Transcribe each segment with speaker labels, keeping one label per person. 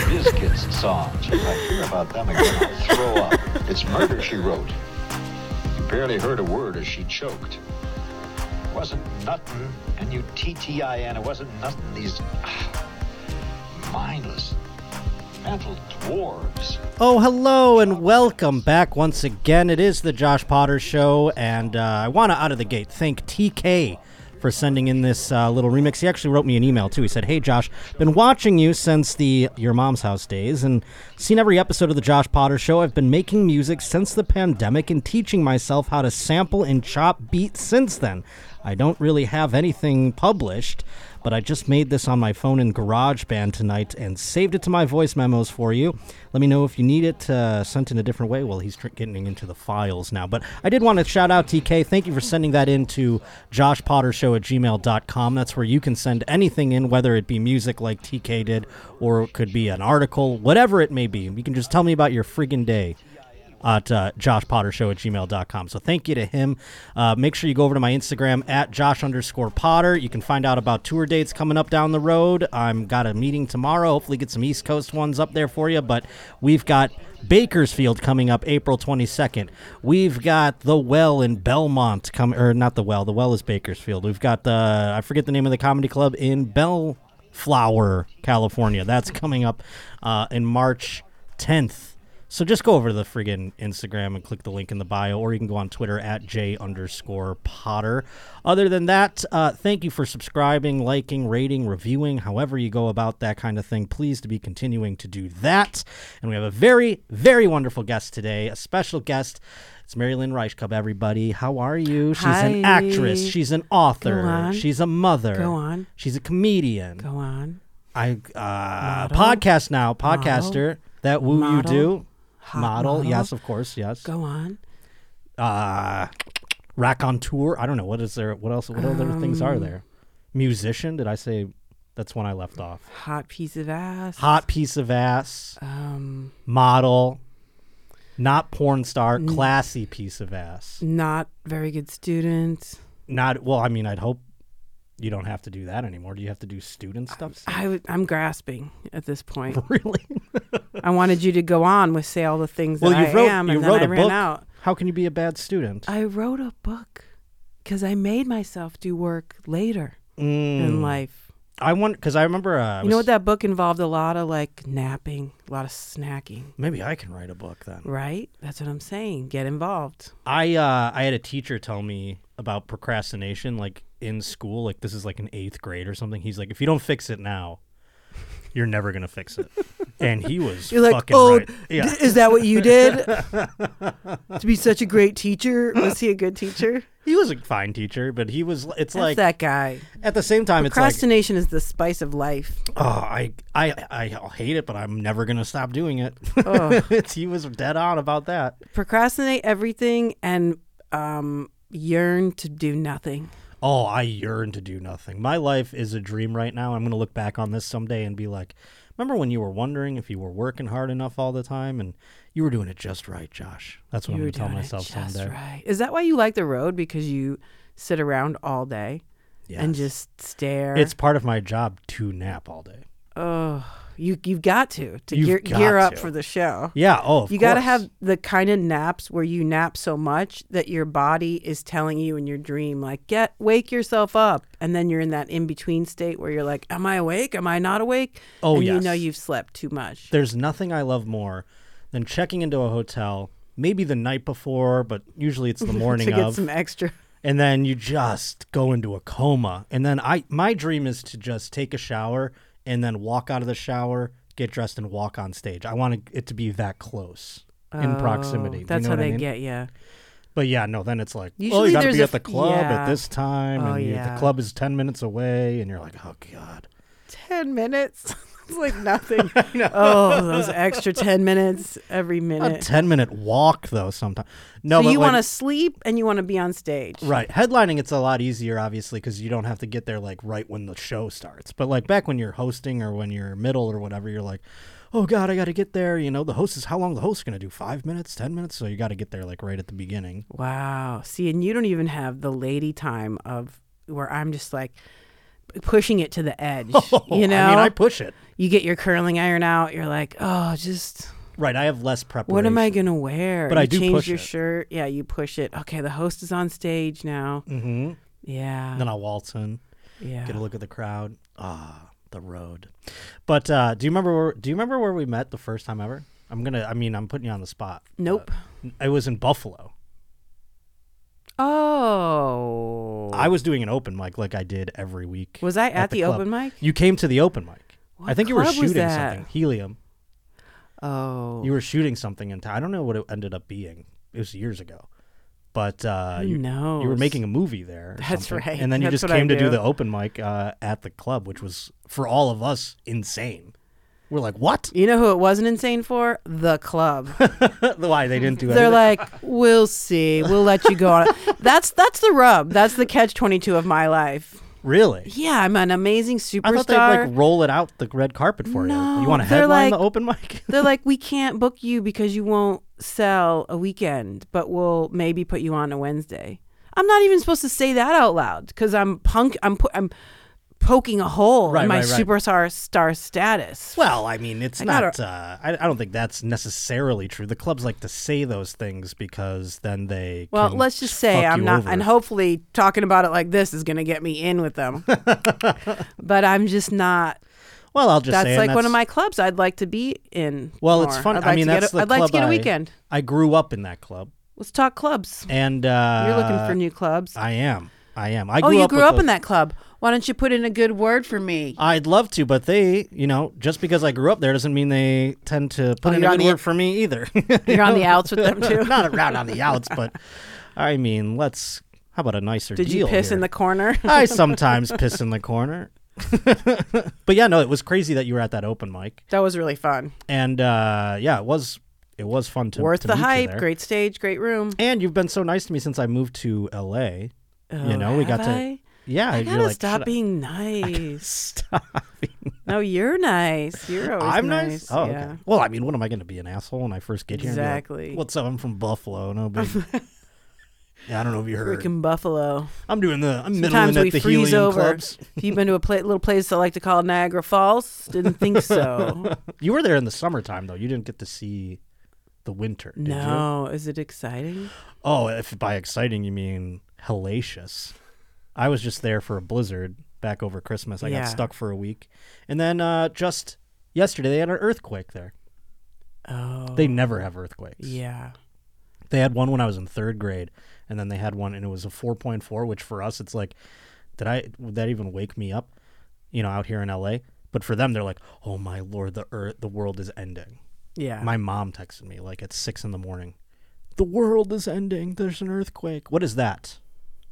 Speaker 1: best songs. If I hear about them again, I'll throw up. It's murder she wrote. You barely heard a word as she choked. It wasn't nothing, and you TTIN, it wasn't nothing. These ah, mindless, mental dwarves.
Speaker 2: Oh, hello and welcome back once again. It is the Josh Potter Show, and uh, I want to out of the gate thank TK for sending in this uh, little remix. He actually wrote me an email too. He said, "Hey Josh, been watching you since the Your Mom's House days, and seen every episode of the Josh Potter Show. I've been making music since the pandemic and teaching myself how to sample and chop beats since then. I don't really have anything published." but I just made this on my phone in GarageBand tonight and saved it to my voice memos for you. Let me know if you need it uh, sent in a different way. Well, he's tr- getting into the files now. But I did want to shout out TK. Thank you for sending that in to joshpottershow at gmail.com. That's where you can send anything in, whether it be music like TK did, or it could be an article, whatever it may be. You can just tell me about your friggin' day at uh, joshpottershow at gmail.com. So thank you to him. Uh, make sure you go over to my Instagram at josh underscore potter. You can find out about tour dates coming up down the road. I'm got a meeting tomorrow. Hopefully get some East Coast ones up there for you. But we've got Bakersfield coming up April 22nd. We've got the Well in Belmont come or not the Well. The Well is Bakersfield. We've got the I forget the name of the comedy club in Bellflower, California. That's coming up uh, in March 10th. So just go over to the friggin' Instagram and click the link in the bio, or you can go on Twitter at J underscore Potter. Other than that, uh, thank you for subscribing, liking, rating, reviewing, however you go about that kind of thing. Please to be continuing to do that. And we have a very, very wonderful guest today, a special guest. It's Mary Lynn Reichkub, everybody. How are you? She's an
Speaker 3: Hi.
Speaker 2: actress. She's an author.
Speaker 3: Go on.
Speaker 2: She's a mother.
Speaker 3: Go on.
Speaker 2: She's a comedian.
Speaker 3: Go on.
Speaker 2: I uh, podcast now, podcaster. That woo
Speaker 3: Model.
Speaker 2: you do.
Speaker 3: Hot
Speaker 2: Model.
Speaker 3: model.
Speaker 2: yes, of course, yes.
Speaker 3: Go on.
Speaker 2: Uh, rack on tour. I don't know what is there. What else? What
Speaker 3: Um,
Speaker 2: other things are there? Musician. Did I say? That's when I left off.
Speaker 3: Hot piece of ass.
Speaker 2: Hot piece of ass.
Speaker 3: Um,
Speaker 2: Model. Not porn star.
Speaker 3: Mm.
Speaker 2: Classy piece of ass.
Speaker 3: not very good student.
Speaker 2: Not well. I mean, I'd hope you don't have to do that anymore. Do you have to do student stuff?
Speaker 3: I w- I'm grasping at this point.
Speaker 2: really?
Speaker 3: I wanted you to go on with say all the things
Speaker 2: Well,
Speaker 3: that
Speaker 2: you
Speaker 3: I
Speaker 2: wrote.
Speaker 3: am,
Speaker 2: you
Speaker 3: and
Speaker 2: wrote
Speaker 3: then I
Speaker 2: a
Speaker 3: ran
Speaker 2: book.
Speaker 3: out.
Speaker 2: How can you be a bad student?
Speaker 3: I wrote a book because I made myself do work later in life.
Speaker 2: Mm. I want because I remember. Uh, Hmm. I
Speaker 3: You know
Speaker 2: was-
Speaker 3: what? That book involved a lot of like napping, a lot of snacking.
Speaker 2: Maybe I can write a book then.
Speaker 3: Right? That's what I'm saying. Get involved.
Speaker 2: I uh, I had a teacher tell me about procrastination, like in school, like this is like an eighth grade or something. He's like, if you don't fix it now, you're never gonna fix it. and he was
Speaker 3: You're like,
Speaker 2: fucking
Speaker 3: oh,
Speaker 2: right. Yeah,
Speaker 3: d- is that what you did? to be such a great teacher? Was he a good teacher?
Speaker 2: he was a fine teacher, but he was. It's
Speaker 3: That's
Speaker 2: like
Speaker 3: that guy.
Speaker 2: at the same time, it's like,
Speaker 3: Procrastination is the spice of life.
Speaker 2: oh, I I I hate it, but I'm never gonna stop doing it.
Speaker 3: Ugh.
Speaker 2: it's, he was dead on about that.
Speaker 3: Procrastinate everything and um, yearn to do nothing.
Speaker 2: Oh, I yearn to do nothing. My life is a dream right now. I'm going to look back on this someday and be like, remember when you were wondering if you were working hard enough all the time and you were doing it just right, Josh? That's what I'm
Speaker 3: you were
Speaker 2: going to tell
Speaker 3: doing it
Speaker 2: myself
Speaker 3: just
Speaker 2: someday.
Speaker 3: right. Is that why you like the road? Because you sit around all day and
Speaker 2: Yes.
Speaker 3: just stare.
Speaker 2: It's part of my job to nap all day.
Speaker 3: oh, you you've got to to
Speaker 2: You've
Speaker 3: gear,
Speaker 2: got
Speaker 3: gear up
Speaker 2: to.
Speaker 3: for the show.
Speaker 2: Yeah. Oh, of
Speaker 3: You got to
Speaker 2: course.
Speaker 3: have the kind of naps where you nap so much that your body is telling you in your dream, like, get, wake yourself up. And then you're in that in between state where you're like, am I awake? Am I not awake?
Speaker 2: Oh,
Speaker 3: and You
Speaker 2: yes.
Speaker 3: know you've slept too much.
Speaker 2: There's nothing I love more than checking into a hotel, maybe the night before, but usually it's the morning
Speaker 3: to get
Speaker 2: of.
Speaker 3: some extra.
Speaker 2: and then you just go into a coma and then i my dream is to just take a shower and then walk out of the shower get dressed and walk on stage i want it to be that close in proximity
Speaker 3: Oh,
Speaker 2: Do
Speaker 3: that's
Speaker 2: you know
Speaker 3: how
Speaker 2: what
Speaker 3: they
Speaker 2: I mean?
Speaker 3: get you.
Speaker 2: but yeah no then it's like oh
Speaker 3: Usually
Speaker 2: you gotta
Speaker 3: there's
Speaker 2: be
Speaker 3: a
Speaker 2: at the
Speaker 3: f-
Speaker 2: club
Speaker 3: yeah.
Speaker 2: at this time
Speaker 3: Oh,
Speaker 2: and you-
Speaker 3: yeah.
Speaker 2: the club is 10 minutes away and you're like oh god
Speaker 3: 10 minutes. it's like nothing. Oh, those extra 10 minutes every
Speaker 2: a
Speaker 3: minute.
Speaker 2: 10 minute walk though sometimes no
Speaker 3: so
Speaker 2: but
Speaker 3: you
Speaker 2: like,
Speaker 3: want to sleep and you want to be on stage.
Speaker 2: Right. Headlining, it's a lot easier, obviously, because you don't have to get there like right when the show starts. But like back when you're hosting or when you're middle or whatever, you're like, oh God, I got to get there. You know, the host is how long the host's going to do? Five minutes, 10 minutes? So you got to get there like right at the beginning.
Speaker 3: Wow. See, and you don't even have the lady time of where I'm just like, pushing it to the edge.
Speaker 2: Oh,
Speaker 3: you know,
Speaker 2: I mean, I push it.
Speaker 3: you get your curling iron out. You're like, oh, just
Speaker 2: Right, I have less preparation.
Speaker 3: what am I gonna wear?
Speaker 2: But
Speaker 3: You
Speaker 2: I do
Speaker 3: change
Speaker 2: push
Speaker 3: your
Speaker 2: it.
Speaker 3: shirt. Yeah, you push it. Okay, the host is on stage now. Mm-hmm. Yeah.
Speaker 2: Then I'll waltz in,
Speaker 3: yeah.
Speaker 2: get a look at the crowd. Ah, the road. But uh, do you remember? Where, do you remember where we met the first time ever? I'm gonna. I mean, I'm putting you on the spot.
Speaker 3: nope.
Speaker 2: It was in Buffalo.
Speaker 3: oh.
Speaker 2: I was doing an open mic like I did every week.
Speaker 3: Was I at the
Speaker 2: club.
Speaker 3: open mic?
Speaker 2: You came to the open mic. I
Speaker 3: What
Speaker 2: think you were
Speaker 3: club was
Speaker 2: shooting
Speaker 3: that?
Speaker 2: something. Helium.
Speaker 3: oh.
Speaker 2: You were shooting something, and I don't know what it ended up being. It was years ago, but uh,
Speaker 3: Who
Speaker 2: you you were
Speaker 3: knows?
Speaker 2: making a movie there. or
Speaker 3: That's
Speaker 2: something,
Speaker 3: right.
Speaker 2: And then you
Speaker 3: That's
Speaker 2: just
Speaker 3: what I
Speaker 2: came to do
Speaker 3: do.
Speaker 2: the open mic uh, at the club, which was for all of us insane. We're like, what?
Speaker 3: You know who it wasn't insane for? The club.
Speaker 2: Why they didn't do
Speaker 3: They're
Speaker 2: anything?
Speaker 3: like, we'll see. We'll let you go on. it." That's that's the rub. That's the catch twenty two of my life.
Speaker 2: really?
Speaker 3: Yeah, I'm an amazing superstar.
Speaker 2: I thought they'd like roll it out the red carpet for you.
Speaker 3: No,
Speaker 2: You want to
Speaker 3: they're
Speaker 2: headline
Speaker 3: like-
Speaker 2: the open mic?
Speaker 3: They're like, we can't book you because you won't sell a weekend, but we'll maybe put you on a Wednesday. I'm not even supposed to say that out loud because I'm punk. I'm pu- I'm poking a hole
Speaker 2: Right,
Speaker 3: in my
Speaker 2: right, right.
Speaker 3: superstar star status.
Speaker 2: Well, I mean, it's
Speaker 3: gotta-
Speaker 2: not. Uh, I, I don't think that's necessarily true. The clubs like to say those things because then they.
Speaker 3: Well,
Speaker 2: can
Speaker 3: let's just say
Speaker 2: fuck
Speaker 3: I'm
Speaker 2: you
Speaker 3: not,
Speaker 2: over.
Speaker 3: and hopefully talking about it like this is going to get me in with them. but I'm just not.
Speaker 2: well, I'll just
Speaker 3: That's
Speaker 2: say and
Speaker 3: like one
Speaker 2: that's-
Speaker 3: of my clubs I'd like to be in.
Speaker 2: Well, it's
Speaker 3: more.
Speaker 2: funny.
Speaker 3: I'd
Speaker 2: I
Speaker 3: like
Speaker 2: mean,
Speaker 3: to get
Speaker 2: that's
Speaker 3: a-
Speaker 2: the
Speaker 3: I'd like to
Speaker 2: club
Speaker 3: get a
Speaker 2: I-
Speaker 3: weekend.
Speaker 2: I grew up in that club,
Speaker 3: Let's talk clubs.
Speaker 2: and uh,
Speaker 3: You're looking for new clubs.
Speaker 2: I am. I am. I
Speaker 3: oh,
Speaker 2: grew
Speaker 3: you
Speaker 2: up
Speaker 3: grew
Speaker 2: with
Speaker 3: up
Speaker 2: those-
Speaker 3: in that club. Why don't you put in a good word for me?
Speaker 2: I'd love to, but they, you know, just because I grew up there doesn't mean they tend to put in a
Speaker 3: Oh, you're on
Speaker 2: good
Speaker 3: the-
Speaker 2: word for me either.
Speaker 3: You're on the outs with them too.
Speaker 2: Not around on the outs, but I mean, let's. How about a nicer
Speaker 3: Did you
Speaker 2: deal
Speaker 3: piss
Speaker 2: here?
Speaker 3: in the corner?
Speaker 2: I sometimes piss in the corner. but yeah, no, it was crazy that you were at that open mic,
Speaker 3: that was really fun.
Speaker 2: and uh, yeah, it was it was fun to
Speaker 3: Worth
Speaker 2: to
Speaker 3: the
Speaker 2: meet you
Speaker 3: hype.
Speaker 2: there.
Speaker 3: Great stage. Great room.
Speaker 2: And you've been so nice to me since I moved to LA. you know, we got
Speaker 3: Oh, have
Speaker 2: to.
Speaker 3: I?
Speaker 2: Yeah,
Speaker 3: I
Speaker 2: you're
Speaker 3: gotta
Speaker 2: like, "Should
Speaker 3: stop
Speaker 2: I-"
Speaker 3: being nice.
Speaker 2: Stop.
Speaker 3: No, you're nice. You're always
Speaker 2: I'm
Speaker 3: nice.
Speaker 2: nice. Oh,
Speaker 3: yeah.
Speaker 2: okay. Well, I mean, what am I going to be an asshole when I first get here? and be like,
Speaker 3: Exactly.
Speaker 2: What's up? I'm from Buffalo. No big. yeah, I don't know if you heard.
Speaker 3: Freaking Buffalo.
Speaker 2: I'm doing the. I'm
Speaker 3: Sometimes
Speaker 2: middling
Speaker 3: we
Speaker 2: at the
Speaker 3: freeze
Speaker 2: helium
Speaker 3: over.
Speaker 2: clubs.
Speaker 3: If you've been to a pla- little place I like to call Niagara Falls, didn't think so.
Speaker 2: You were there in the summertime though. You didn't get to see the winter. Did You?
Speaker 3: no, is it exciting?
Speaker 2: Oh, if by exciting you mean hellacious. I was just there for a blizzard back over Christmas. I
Speaker 3: Yeah.
Speaker 2: got stuck for a week, and then uh, just yesterday they had an earthquake there.
Speaker 3: Oh,
Speaker 2: They never have earthquakes.
Speaker 3: yeah.
Speaker 2: They had one when I was in third grade, and then they had one, and it was a 4.4, which for us, it's like, did I, would that even wake me up, you know, out here in LA? But for them, they're like, oh my lord, the earth, the world is ending.
Speaker 3: Yeah.
Speaker 2: My mom texted me like at six in the morning, the world is ending. There's an earthquake. What is that?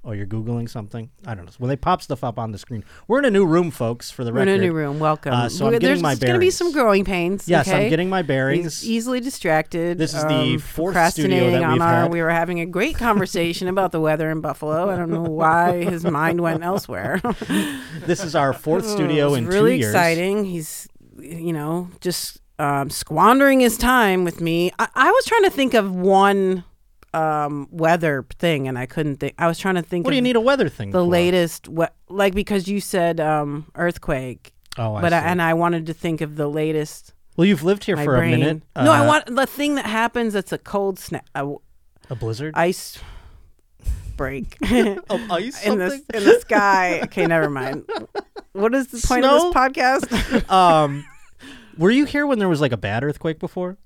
Speaker 2: Oh, you're Googling something? I don't know. Well, they pop stuff up on the screen. We're in a new room, folks, for the
Speaker 3: We're in
Speaker 2: record.
Speaker 3: a new room. Welcome.
Speaker 2: Uh, so I'm
Speaker 3: We're-
Speaker 2: getting
Speaker 3: There's
Speaker 2: my
Speaker 3: going to be
Speaker 2: bearings.
Speaker 3: some growing pains.
Speaker 2: Yes,
Speaker 3: okay? e-
Speaker 2: I'm getting my bearings.
Speaker 3: He's easily distracted.
Speaker 2: This is the
Speaker 3: um,
Speaker 2: fourth studio that
Speaker 3: procrastinating on
Speaker 2: we've
Speaker 3: our,
Speaker 2: had.
Speaker 3: We were having a great conversation about the weather in Buffalo. I don't know why his mind went elsewhere.
Speaker 2: This is our fourth studio
Speaker 3: Oh, It's
Speaker 2: in
Speaker 3: really
Speaker 2: two years.
Speaker 3: exciting. He's, you know, just um, squandering his time with me. I, I was trying to think of one um, weather thing, and I couldn't think. I was trying to think.
Speaker 2: What do
Speaker 3: of
Speaker 2: you need a weather thing
Speaker 3: The
Speaker 2: for?
Speaker 3: latest, what like because you said um, earthquake,
Speaker 2: Oh, I
Speaker 3: but I,
Speaker 2: see.
Speaker 3: and I wanted to think of the latest.
Speaker 2: Well, you've lived here
Speaker 3: My
Speaker 2: for
Speaker 3: brain.
Speaker 2: a minute.
Speaker 3: no,
Speaker 2: Uh,
Speaker 3: I want the thing that happens. That's a cold snap, a w-
Speaker 2: a blizzard.
Speaker 3: ice break in
Speaker 2: of Oh, ice.
Speaker 3: the in the sky. Okay, never mind. What is the point
Speaker 2: Snow?
Speaker 3: of this podcast?
Speaker 2: um, were you here when there was like a bad earthquake before?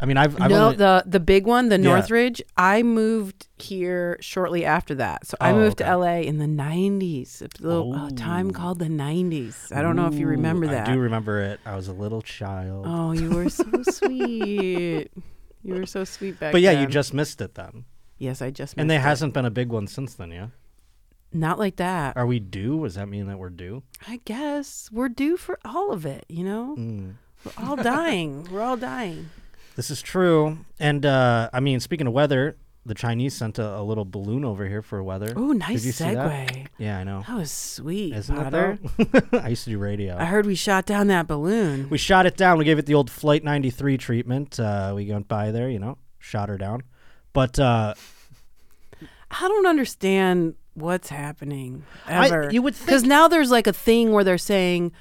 Speaker 2: I mean, I've, I've
Speaker 3: no,
Speaker 2: only-
Speaker 3: the the big one, the Northridge. I moved here shortly after that, so I
Speaker 2: Oh,
Speaker 3: moved
Speaker 2: okay. Oh.
Speaker 3: to LA in the '90s. It's a little a time called the '90s. I don't know if you remember
Speaker 2: Ooh,
Speaker 3: that.
Speaker 2: I do remember it. I was a little child.
Speaker 3: oh, you were so sweet. You were so sweet back
Speaker 2: but yeah,
Speaker 3: then.
Speaker 2: you just missed it then,
Speaker 3: yes, I just
Speaker 2: and
Speaker 3: missed
Speaker 2: there
Speaker 3: it.
Speaker 2: hasn't been a big one since then. Yeah,
Speaker 3: not like that.
Speaker 2: are we due? Does that mean that we're due?
Speaker 3: I guess we're due for all of it. You know,
Speaker 2: Mm.
Speaker 3: we're all dying. we're all dying.
Speaker 2: This is true. And uh, I mean, speaking of weather, the Chinese sent a, a little balloon over here for weather.
Speaker 3: Oh, nice
Speaker 2: Did you see that?
Speaker 3: segue.
Speaker 2: Yeah, I know.
Speaker 3: That was sweet,
Speaker 2: Isn't
Speaker 3: Potter.
Speaker 2: it though? I used to do radio.
Speaker 3: I heard we shot down that balloon.
Speaker 2: We shot it down. We gave it the old Flight 93 treatment. Uh, we went by there, you know, shot her down. But uh,
Speaker 3: I don't understand what's happening
Speaker 2: I-
Speaker 3: ever.
Speaker 2: you would
Speaker 3: because
Speaker 2: think-
Speaker 3: now there's like a thing where they're saying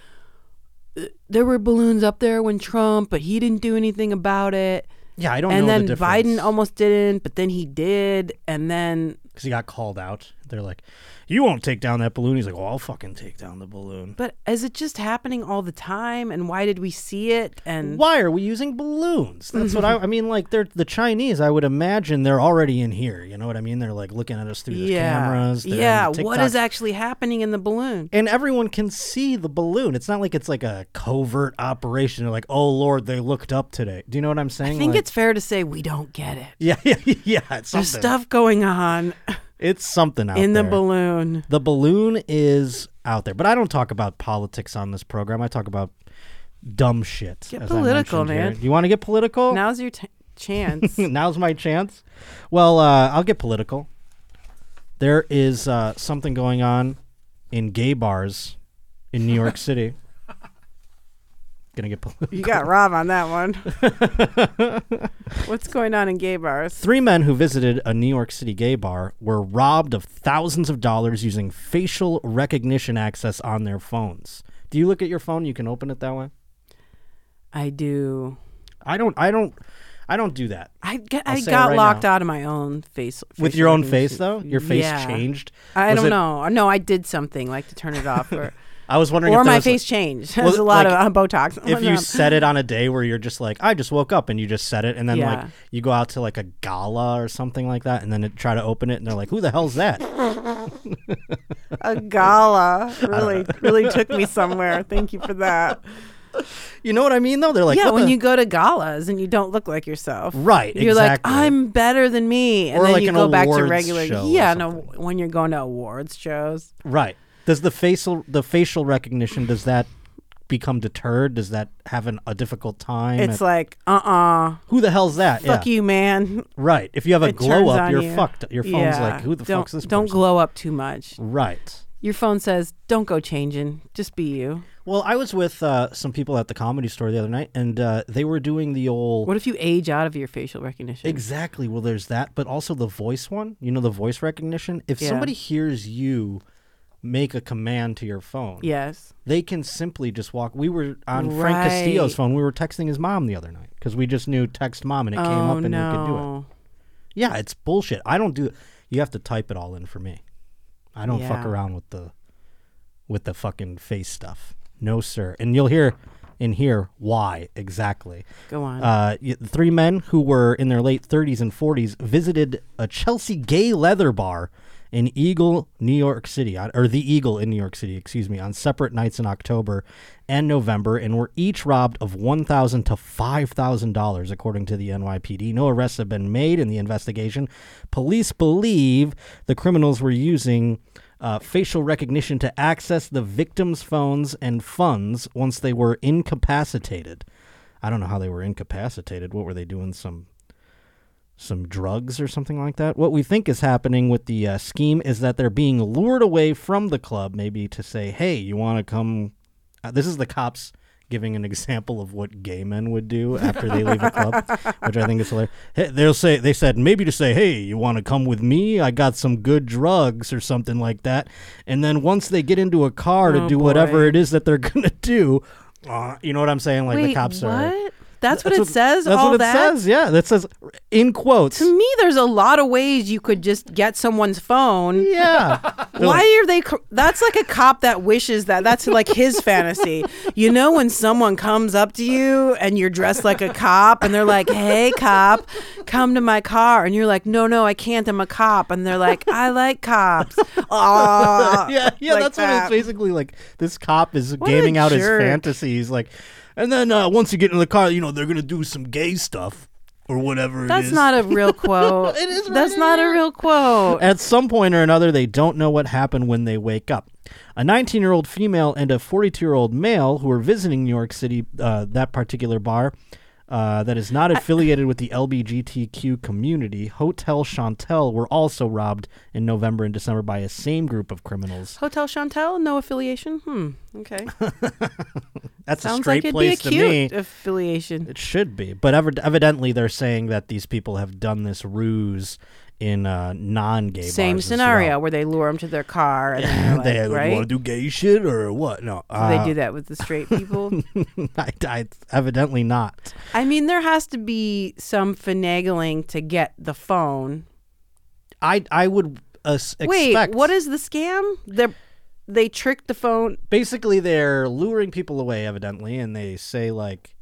Speaker 3: uh, there were balloons up there when Trump, but he didn't do anything about it.
Speaker 2: Yeah, I don't
Speaker 3: and
Speaker 2: know
Speaker 3: then
Speaker 2: the
Speaker 3: Biden
Speaker 2: difference.
Speaker 3: almost didn't, but then he did, and then
Speaker 2: because he got called out. They're like, "You won't take down that balloon." He's like, "Well, I'll fucking take down the balloon."
Speaker 3: but is it just happening all the time? And why did we see it? And
Speaker 2: Why are we using balloons? That's what I,
Speaker 3: Mm-hmm.
Speaker 2: I mean. Like they're the Chinese. I would imagine they're already in here. You know what I mean? They're like looking at us through their
Speaker 3: yeah,
Speaker 2: cameras. they're in
Speaker 3: yeah,
Speaker 2: the
Speaker 3: what
Speaker 2: TikTok.
Speaker 3: is actually happening in the balloon?
Speaker 2: And everyone can see the balloon. It's not like it's like a covert operation. They're like, "Oh Lord, they looked up today." Do you know what I'm saying?
Speaker 3: I think
Speaker 2: Like-
Speaker 3: it's fair to say we don't get it.
Speaker 2: yeah, yeah, yeah. It's
Speaker 3: There's
Speaker 2: something.
Speaker 3: stuff going on
Speaker 2: It's something out
Speaker 3: in the
Speaker 2: there.
Speaker 3: balloon.
Speaker 2: The balloon is out there, but I don't talk about politics on this program. I talk about dumb shit.
Speaker 3: Get
Speaker 2: as I
Speaker 3: political,
Speaker 2: mentioned here.
Speaker 3: man.
Speaker 2: You want to get political?
Speaker 3: Now's your t- chance.
Speaker 2: Now's my chance. Well, uh, I'll get political. There is uh, something going on in gay bars in New York City. Gonna get political.
Speaker 3: You got Rob on that one. What's going on in gay bars?
Speaker 2: Three men who visited a New York City gay bar were robbed of thousands of dollars using facial recognition access on their phones. Do you look at your phone? You can open it that way.
Speaker 3: I do.
Speaker 2: I don't. I don't. I don't do that
Speaker 3: I get,
Speaker 2: I'll
Speaker 3: I
Speaker 2: say it
Speaker 3: got
Speaker 2: right
Speaker 3: locked
Speaker 2: now.
Speaker 3: out of my own face.
Speaker 2: with
Speaker 3: facial
Speaker 2: your own
Speaker 3: recognition.
Speaker 2: face, though. Your face
Speaker 3: Yeah.
Speaker 2: changed.
Speaker 3: I
Speaker 2: Was
Speaker 3: don't
Speaker 2: it-
Speaker 3: know. No, I did something like to turn it off, or,
Speaker 2: I was wondering
Speaker 3: or
Speaker 2: if there
Speaker 3: my
Speaker 2: was, like,
Speaker 3: face changed.
Speaker 2: Well,
Speaker 3: There's a lot
Speaker 2: like,
Speaker 3: of uh, Botox.
Speaker 2: if you
Speaker 3: Um,
Speaker 2: said it on a day where you're just like, I just woke up and you just said it, and then like
Speaker 3: Yeah.
Speaker 2: you go out to like a gala or something like that, and then it, try to open it, and they're like, "Who the hell's that?"
Speaker 3: a gala really really took me somewhere. Thank you for that.
Speaker 2: You know what I mean? Though they're like,
Speaker 3: yeah,
Speaker 2: "What
Speaker 3: when
Speaker 2: the-"
Speaker 3: you go to galas and you don't look like yourself,
Speaker 2: right,
Speaker 3: You're
Speaker 2: exactly.
Speaker 3: like, I'm better than me, and
Speaker 2: Or
Speaker 3: then
Speaker 2: like
Speaker 3: you
Speaker 2: an
Speaker 3: go back to
Speaker 2: awards
Speaker 3: regular.
Speaker 2: show or
Speaker 3: Yeah, no, when you're going to awards shows,
Speaker 2: right. Does the facial the facial recognition does that become deterred? Does that have an, a difficult time?
Speaker 3: it's
Speaker 2: at-
Speaker 3: like, uh, uh
Speaker 2: who the hell's that?
Speaker 3: fuck
Speaker 2: yeah.
Speaker 3: you, man.
Speaker 2: Right. If you have a
Speaker 3: It turns
Speaker 2: glow up,
Speaker 3: on
Speaker 2: you're
Speaker 3: you.
Speaker 2: fucked. Your phone's
Speaker 3: Yeah.
Speaker 2: like, "Who the
Speaker 3: don't,
Speaker 2: fuck's this?"
Speaker 3: Don't
Speaker 2: person?
Speaker 3: glow up too much.
Speaker 2: Right.
Speaker 3: Your phone says, "Don't go changing. Just be you."
Speaker 2: Well, I was with uh, some people at the comedy store the other night, and uh, they were doing the old.
Speaker 3: What if you age out of your facial recognition?
Speaker 2: Exactly. Well, there's that, but also the voice one. You know, the voice recognition. If
Speaker 3: Yeah.
Speaker 2: somebody hears you make a command to your phone,
Speaker 3: yes.
Speaker 2: they can simply just walk. We were on Frank Castillo's
Speaker 3: Right.
Speaker 2: phone. We were texting his mom the other night because we just knew text mom and it came up
Speaker 3: oh
Speaker 2: and
Speaker 3: no.
Speaker 2: we could do it. Yeah, it's bullshit. I don't do. You have to type it all in for me. I don't fuck
Speaker 3: Yeah.
Speaker 2: around with the, with the fucking face stuff. No sir. And you'll hear, in here why exactly.
Speaker 3: Go on.
Speaker 2: Uh, y- three men who were in their late 30s and 40s visited a Chelsea gay leather bar in Eagle, New York City, on- or the Eagle in New York City, excuse me, on separate nights in October and November, and were each robbed of $1,000 to $5,000, according to the NYPD. No arrests have been made in the investigation. Police believe the criminals were using uh, facial recognition to access the victims' phones and funds once they were incapacitated. I don't know how they were incapacitated. What were they doing? Some some drugs or something like that. What we think is happening with the uh, scheme is that they're being lured away from the club, maybe to say, "Hey, you want to come?" Uh, this is the cops giving an example of what gay men would do after they leave a club, which I think is hilarious. Hey, they'll say they said maybe to say, "Hey, you want to come with me? I got some good drugs or something like that." And then once they get into a car to
Speaker 3: Oh,
Speaker 2: do whatever
Speaker 3: boy.
Speaker 2: it is that they're gonna do. Uh, you know what I'm saying? Like
Speaker 3: Wait,
Speaker 2: the cops
Speaker 3: what?
Speaker 2: are
Speaker 3: That's what it says.
Speaker 2: that's
Speaker 3: all
Speaker 2: what it
Speaker 3: that.
Speaker 2: says. Yeah, that says in quotes.
Speaker 3: To me, there's a lot of ways you could just get someone's phone.
Speaker 2: yeah. They're
Speaker 3: Why
Speaker 2: like,
Speaker 3: are they? cr- That's like a cop that wishes that. That's like his fantasy. You know, when someone comes up to you and you're dressed like a cop and they're like, hey, cop, come to my car. And you're like, no, no, I can't. I'm a cop. And they're like, I like cops. Aw,
Speaker 2: yeah, yeah.
Speaker 3: like
Speaker 2: that's what it's
Speaker 3: that.
Speaker 2: basically like. This cop is
Speaker 3: a
Speaker 2: gaming out his
Speaker 3: jerk.
Speaker 2: fantasies, like, and then uh, once you get in the car, you know they're gonna do some gay stuff or whatever. it
Speaker 3: That's
Speaker 2: is.
Speaker 3: not a real quote.
Speaker 2: It is right
Speaker 3: That's
Speaker 2: in
Speaker 3: not a real quote.
Speaker 2: At some point or another, they don't know what happened when they wake up. A 19 year old female and a 42 year old male who were visiting New York City, uh, that particular bar uh, that is not affiliated with the LBGTQ community, Hotel Chantel, were also robbed in November and December by a same group of criminals.
Speaker 3: Hotel Chantel, no affiliation. Hmm. Okay.
Speaker 2: That's a
Speaker 3: Sounds
Speaker 2: straight
Speaker 3: like it'd be a
Speaker 2: place to me.
Speaker 3: cute affiliation.
Speaker 2: It should be, but ev- evidently they're saying that these people have done this ruse in uh, non-gay
Speaker 3: Same
Speaker 2: bars as
Speaker 3: scenario
Speaker 2: well.
Speaker 3: where they lure them to their car and then
Speaker 2: they
Speaker 3: they're
Speaker 2: want
Speaker 3: like, right?
Speaker 2: to do gay shit or what? No, uh,
Speaker 3: they do that with the straight people.
Speaker 2: I, I, evidently not.
Speaker 3: I mean, there has to be some finagling to get the phone.
Speaker 2: I I would uh, s- expect.
Speaker 3: Wait, what is the scam? They they tricked the phone.
Speaker 2: basically they're luring people away evidently and they say like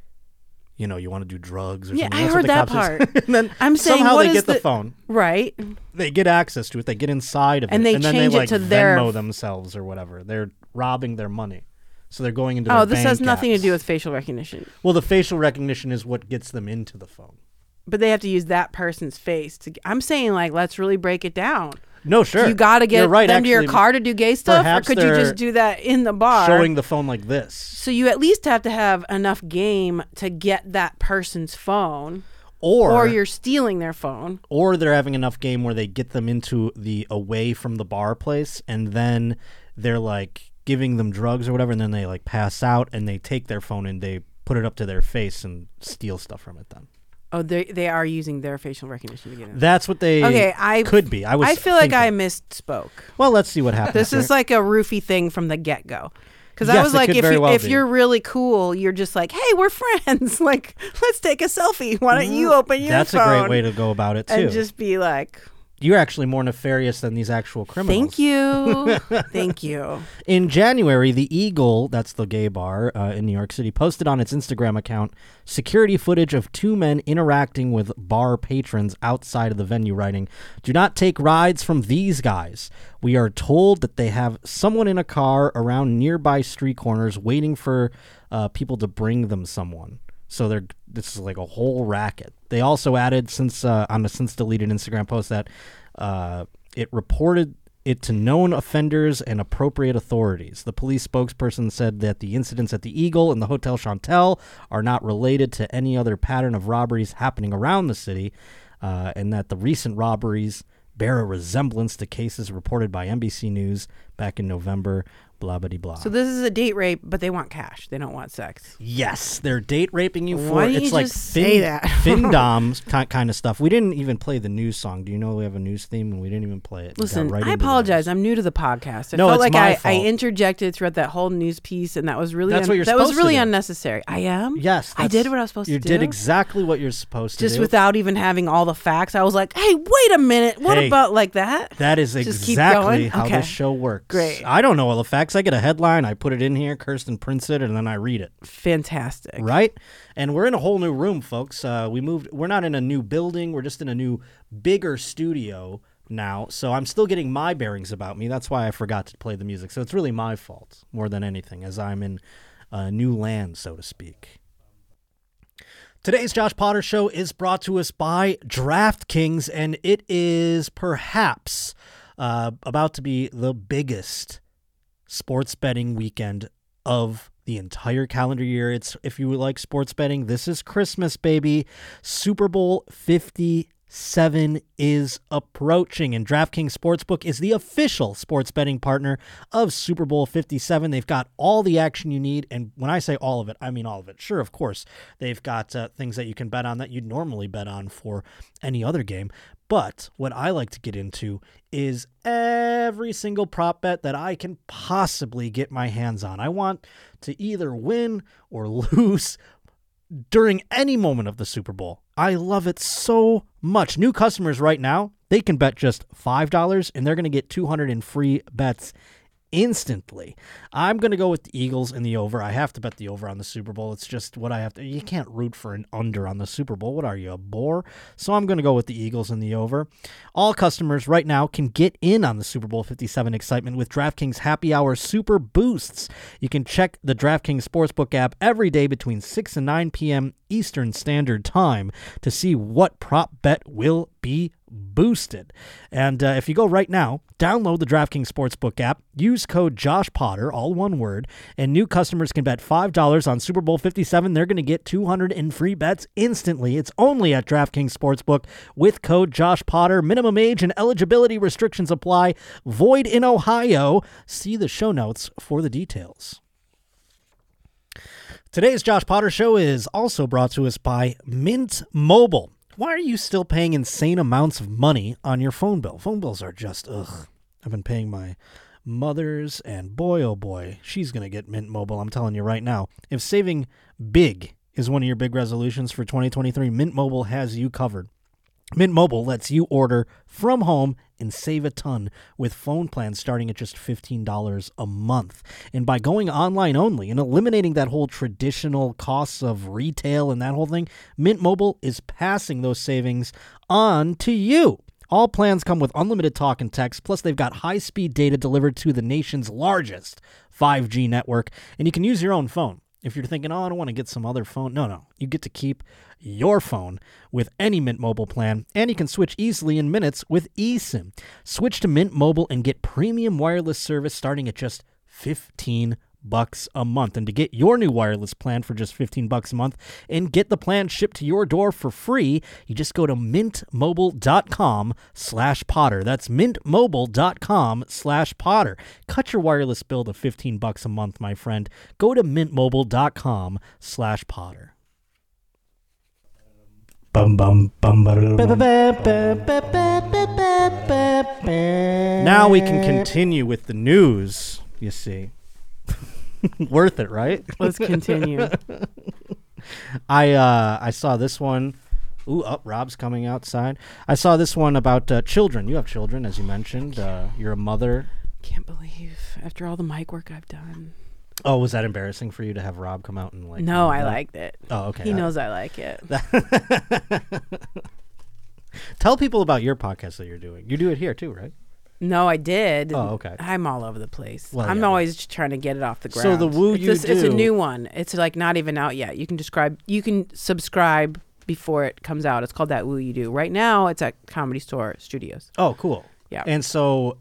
Speaker 2: you know you want to do drugs or
Speaker 3: Yeah,
Speaker 2: something
Speaker 3: I
Speaker 2: That's
Speaker 3: heard that
Speaker 2: what the cops is-
Speaker 3: part.
Speaker 2: and then
Speaker 3: I'm saying,
Speaker 2: somehow
Speaker 3: what
Speaker 2: they
Speaker 3: is
Speaker 2: get the,
Speaker 3: the-
Speaker 2: phone
Speaker 3: Right.
Speaker 2: they get access to it they get inside of
Speaker 3: And
Speaker 2: it
Speaker 3: they
Speaker 2: and then
Speaker 3: change
Speaker 2: they
Speaker 3: it
Speaker 2: like
Speaker 3: to their-
Speaker 2: Venmo themselves or whatever they're robbing their money so they're going into their
Speaker 3: Oh, this
Speaker 2: bank
Speaker 3: has nothing
Speaker 2: apps.
Speaker 3: to do with facial recognition.
Speaker 2: well the facial recognition is what gets them into the phone
Speaker 3: But they have to use that person's face to I'm saying like let's really break it down.
Speaker 2: no sure
Speaker 3: You got to get
Speaker 2: You're right,
Speaker 3: them to your
Speaker 2: actually,
Speaker 3: car to do gay stuff or
Speaker 2: perhaps
Speaker 3: could you
Speaker 2: they're
Speaker 3: just do that in the bar?
Speaker 2: showing the phone like this
Speaker 3: so you at least have to have enough game to get that person's phone
Speaker 2: or
Speaker 3: or you're stealing their phone.
Speaker 2: or they're having enough game where they get them into the away from the bar place and then they're like giving them drugs or whatever and then they like pass out and they take their phone and they put it up to their face and steal stuff from it then
Speaker 3: Oh, they they are using their facial recognition to get in.
Speaker 2: that's what they
Speaker 3: Okay, I
Speaker 2: could be i was
Speaker 3: I feel like I
Speaker 2: thinking.
Speaker 3: misspoke.
Speaker 2: well let's see what happens
Speaker 3: This
Speaker 2: here.
Speaker 3: is like a roofie thing from the get go. Because I
Speaker 2: Yes,
Speaker 3: was
Speaker 2: it
Speaker 3: like,
Speaker 2: could
Speaker 3: if
Speaker 2: very
Speaker 3: you,
Speaker 2: well
Speaker 3: if
Speaker 2: be.
Speaker 3: you're really cool, you're just like, hey, we're friends. like, let's take a selfie. Why don't you open your
Speaker 2: Mm, that's a
Speaker 3: phone?
Speaker 2: great way to go about it too
Speaker 3: and just be like,
Speaker 2: you're actually more nefarious than these actual criminals
Speaker 3: thank you, thank you.
Speaker 2: In January, the Eagle, that's the gay bar uh, in New York City, posted on its Instagram account security footage of two men interacting with bar patrons outside of the venue, writing, Do not take rides from these guys. We are told that they have someone in a car around nearby street corners waiting for uh, people to bring them someone. So they're this is like a whole racket. They also added since uh, on a since deleted Instagram post that uh, it reported it to known offenders and appropriate authorities. The police spokesperson said that the incidents at the Eagle and the Hotel Chantel are not related to any other pattern of robberies happening around the city, uh, and that the recent robberies bear a resemblance to cases reported by NBC News back in November. Blah blah blah.
Speaker 3: So this is a date rape, but they want cash. They don't want sex.
Speaker 2: Yes, they're date raping you for
Speaker 3: Why
Speaker 2: it.
Speaker 3: didn't
Speaker 2: it's
Speaker 3: you
Speaker 2: like
Speaker 3: just
Speaker 2: fin,
Speaker 3: say that?
Speaker 2: findoms ki- kind of stuff. We didn't even play the news song. Do you know we have a news theme and we didn't even play it? We got
Speaker 3: Listen,
Speaker 2: right
Speaker 3: I
Speaker 2: into the
Speaker 3: apologize.
Speaker 2: news.
Speaker 3: I'm new to the podcast. I
Speaker 2: No,
Speaker 3: felt
Speaker 2: it's
Speaker 3: like
Speaker 2: my
Speaker 3: I, I
Speaker 2: fault.
Speaker 3: interjected throughout that whole news piece, and that was really
Speaker 2: That's
Speaker 3: un-
Speaker 2: what you're
Speaker 3: that was
Speaker 2: supposed to
Speaker 3: really
Speaker 2: do.
Speaker 3: unnecessary. I am.
Speaker 2: Yes,
Speaker 3: I
Speaker 2: that's-
Speaker 3: did what I was supposed
Speaker 2: you
Speaker 3: to do.
Speaker 2: did exactly what you're supposed to
Speaker 3: just
Speaker 2: do.
Speaker 3: without even having all the facts. I was like, "Hey, wait a minute. What
Speaker 2: Hey.
Speaker 3: about like that?"
Speaker 2: that is
Speaker 3: Just keep
Speaker 2: exactly
Speaker 3: going?
Speaker 2: how
Speaker 3: Okay.
Speaker 2: this show works.
Speaker 3: Great.
Speaker 2: I don't know all the facts. I get a headline, I put it in here, Kirsten prints it, and then I read it.
Speaker 3: Fantastic.
Speaker 2: Right? And we're in a whole new room, folks. Uh, we moved. We're not in a new building. We're just in a new, bigger studio now. So I'm still getting my bearings about me. That's why I forgot to play the music. So it's really my fault more than anything, as I'm in a new land, so to speak. Today's Josh Potter Show is brought to us by DraftKings, and it is perhaps uh, about to be the biggest sports betting weekend of the entire calendar year. It's if you like sports betting, this is Christmas, baby. Super Bowl 57 is approaching, and DraftKings Sportsbook is the official sports betting partner of Super Bowl 57. They've got all the action you need, and when I say all of it, I mean all of it. Sure, of course, they've got uh, things that you can bet on that you'd normally bet on for any other game, but what I like to get into is every single prop bet that I can possibly get my hands on. I want to either win or lose during any moment of the Super Bowl. I love it so much. New customers right now, they can bet just $5 and they're going to get 200 in free bets instantly. I'm going to go with the Eagles in the over. I have to bet the over on the Super Bowl. It's just what I have to. You can't root for an under on the Super Bowl. What are you, a bore? So I'm going to go with the Eagles in the over. All customers right now can get in on the Super Bowl 57 excitement with DraftKings Happy Hour Super Boosts. You can check the DraftKings Sportsbook app every day between 6 and 9 p.m. Eastern Standard Time to see what prop bet will be boosted. And uh, if you go right now, download the DraftKings Sportsbook app, use code Josh Potter, all one word, and new customers can bet $5 on Super Bowl 57. They're going to get 200 in free bets instantly. It's only at DraftKings Sportsbook with code Josh Potter. Minimum age and eligibility restrictions apply. Void in Ohio. See the show notes for the details. Today's Josh Potter Show is also brought to us by Mint Mobile. Why are you still paying insane amounts of money on your phone bill? Phone bills are just ugh. I've been paying my mother's, and boy, oh boy, she's gonna get Mint Mobile. I'm telling you right now. If saving big is one of your big resolutions for 2023, Mint Mobile has you covered. Mint Mobile lets you order from home and save a ton with phone plans starting at just $15 a month. And by going online only and eliminating that whole traditional costs of retail and that whole thing, Mint Mobile is passing those savings on to you. All plans come with unlimited talk and text, plus, they've got high speed data delivered to the nation's largest 5G network, and you can use your own phone. If you're thinking, oh, I don't want to get some other phone, no, no. You get to keep your phone with any Mint Mobile plan, and you can switch easily in minutes with eSIM. Switch to Mint Mobile and get premium wireless service starting at just 15 bucks a month. And to get your new wireless plan for just 15 bucks a month and get the plan shipped to your door for free, you just go to mintmobile.com slash potter. That's mintmobile.com slash potter. Cut your wireless bill to 15 bucks a month, my friend. Go to mintmobile.com slash potter. Bum bum bum Now we can continue with the news, you see. Worth it, right?
Speaker 3: Let's continue.
Speaker 2: I uh, I saw this one. Ooh, up! Rob's coming outside. I saw this one about uh, children. You have children, as you mentioned. Uh, you're a mother.
Speaker 3: Can't believe after all the mic work I've done.
Speaker 2: Oh, was that embarrassing for you to have Rob come out and like?
Speaker 3: No, I liked it.
Speaker 2: Oh, okay.
Speaker 3: He
Speaker 2: I-
Speaker 3: knows I like it.
Speaker 2: Tell people about your podcast that you're doing. You do it here too, right?
Speaker 3: No, I did.
Speaker 2: Oh, okay.
Speaker 3: I'm all over the place.
Speaker 2: Well,
Speaker 3: I'm
Speaker 2: yeah.
Speaker 3: always just trying to get it off the ground.
Speaker 2: So the Woo
Speaker 3: it's
Speaker 2: You
Speaker 3: this- It's a
Speaker 2: Do-
Speaker 3: new one. It's like not even out yet. You can describe. You can subscribe before it comes out. It's called that Woo You Do. Right now, it's at Comedy Store Studios.
Speaker 2: Oh, cool.
Speaker 3: Yeah.
Speaker 2: And so,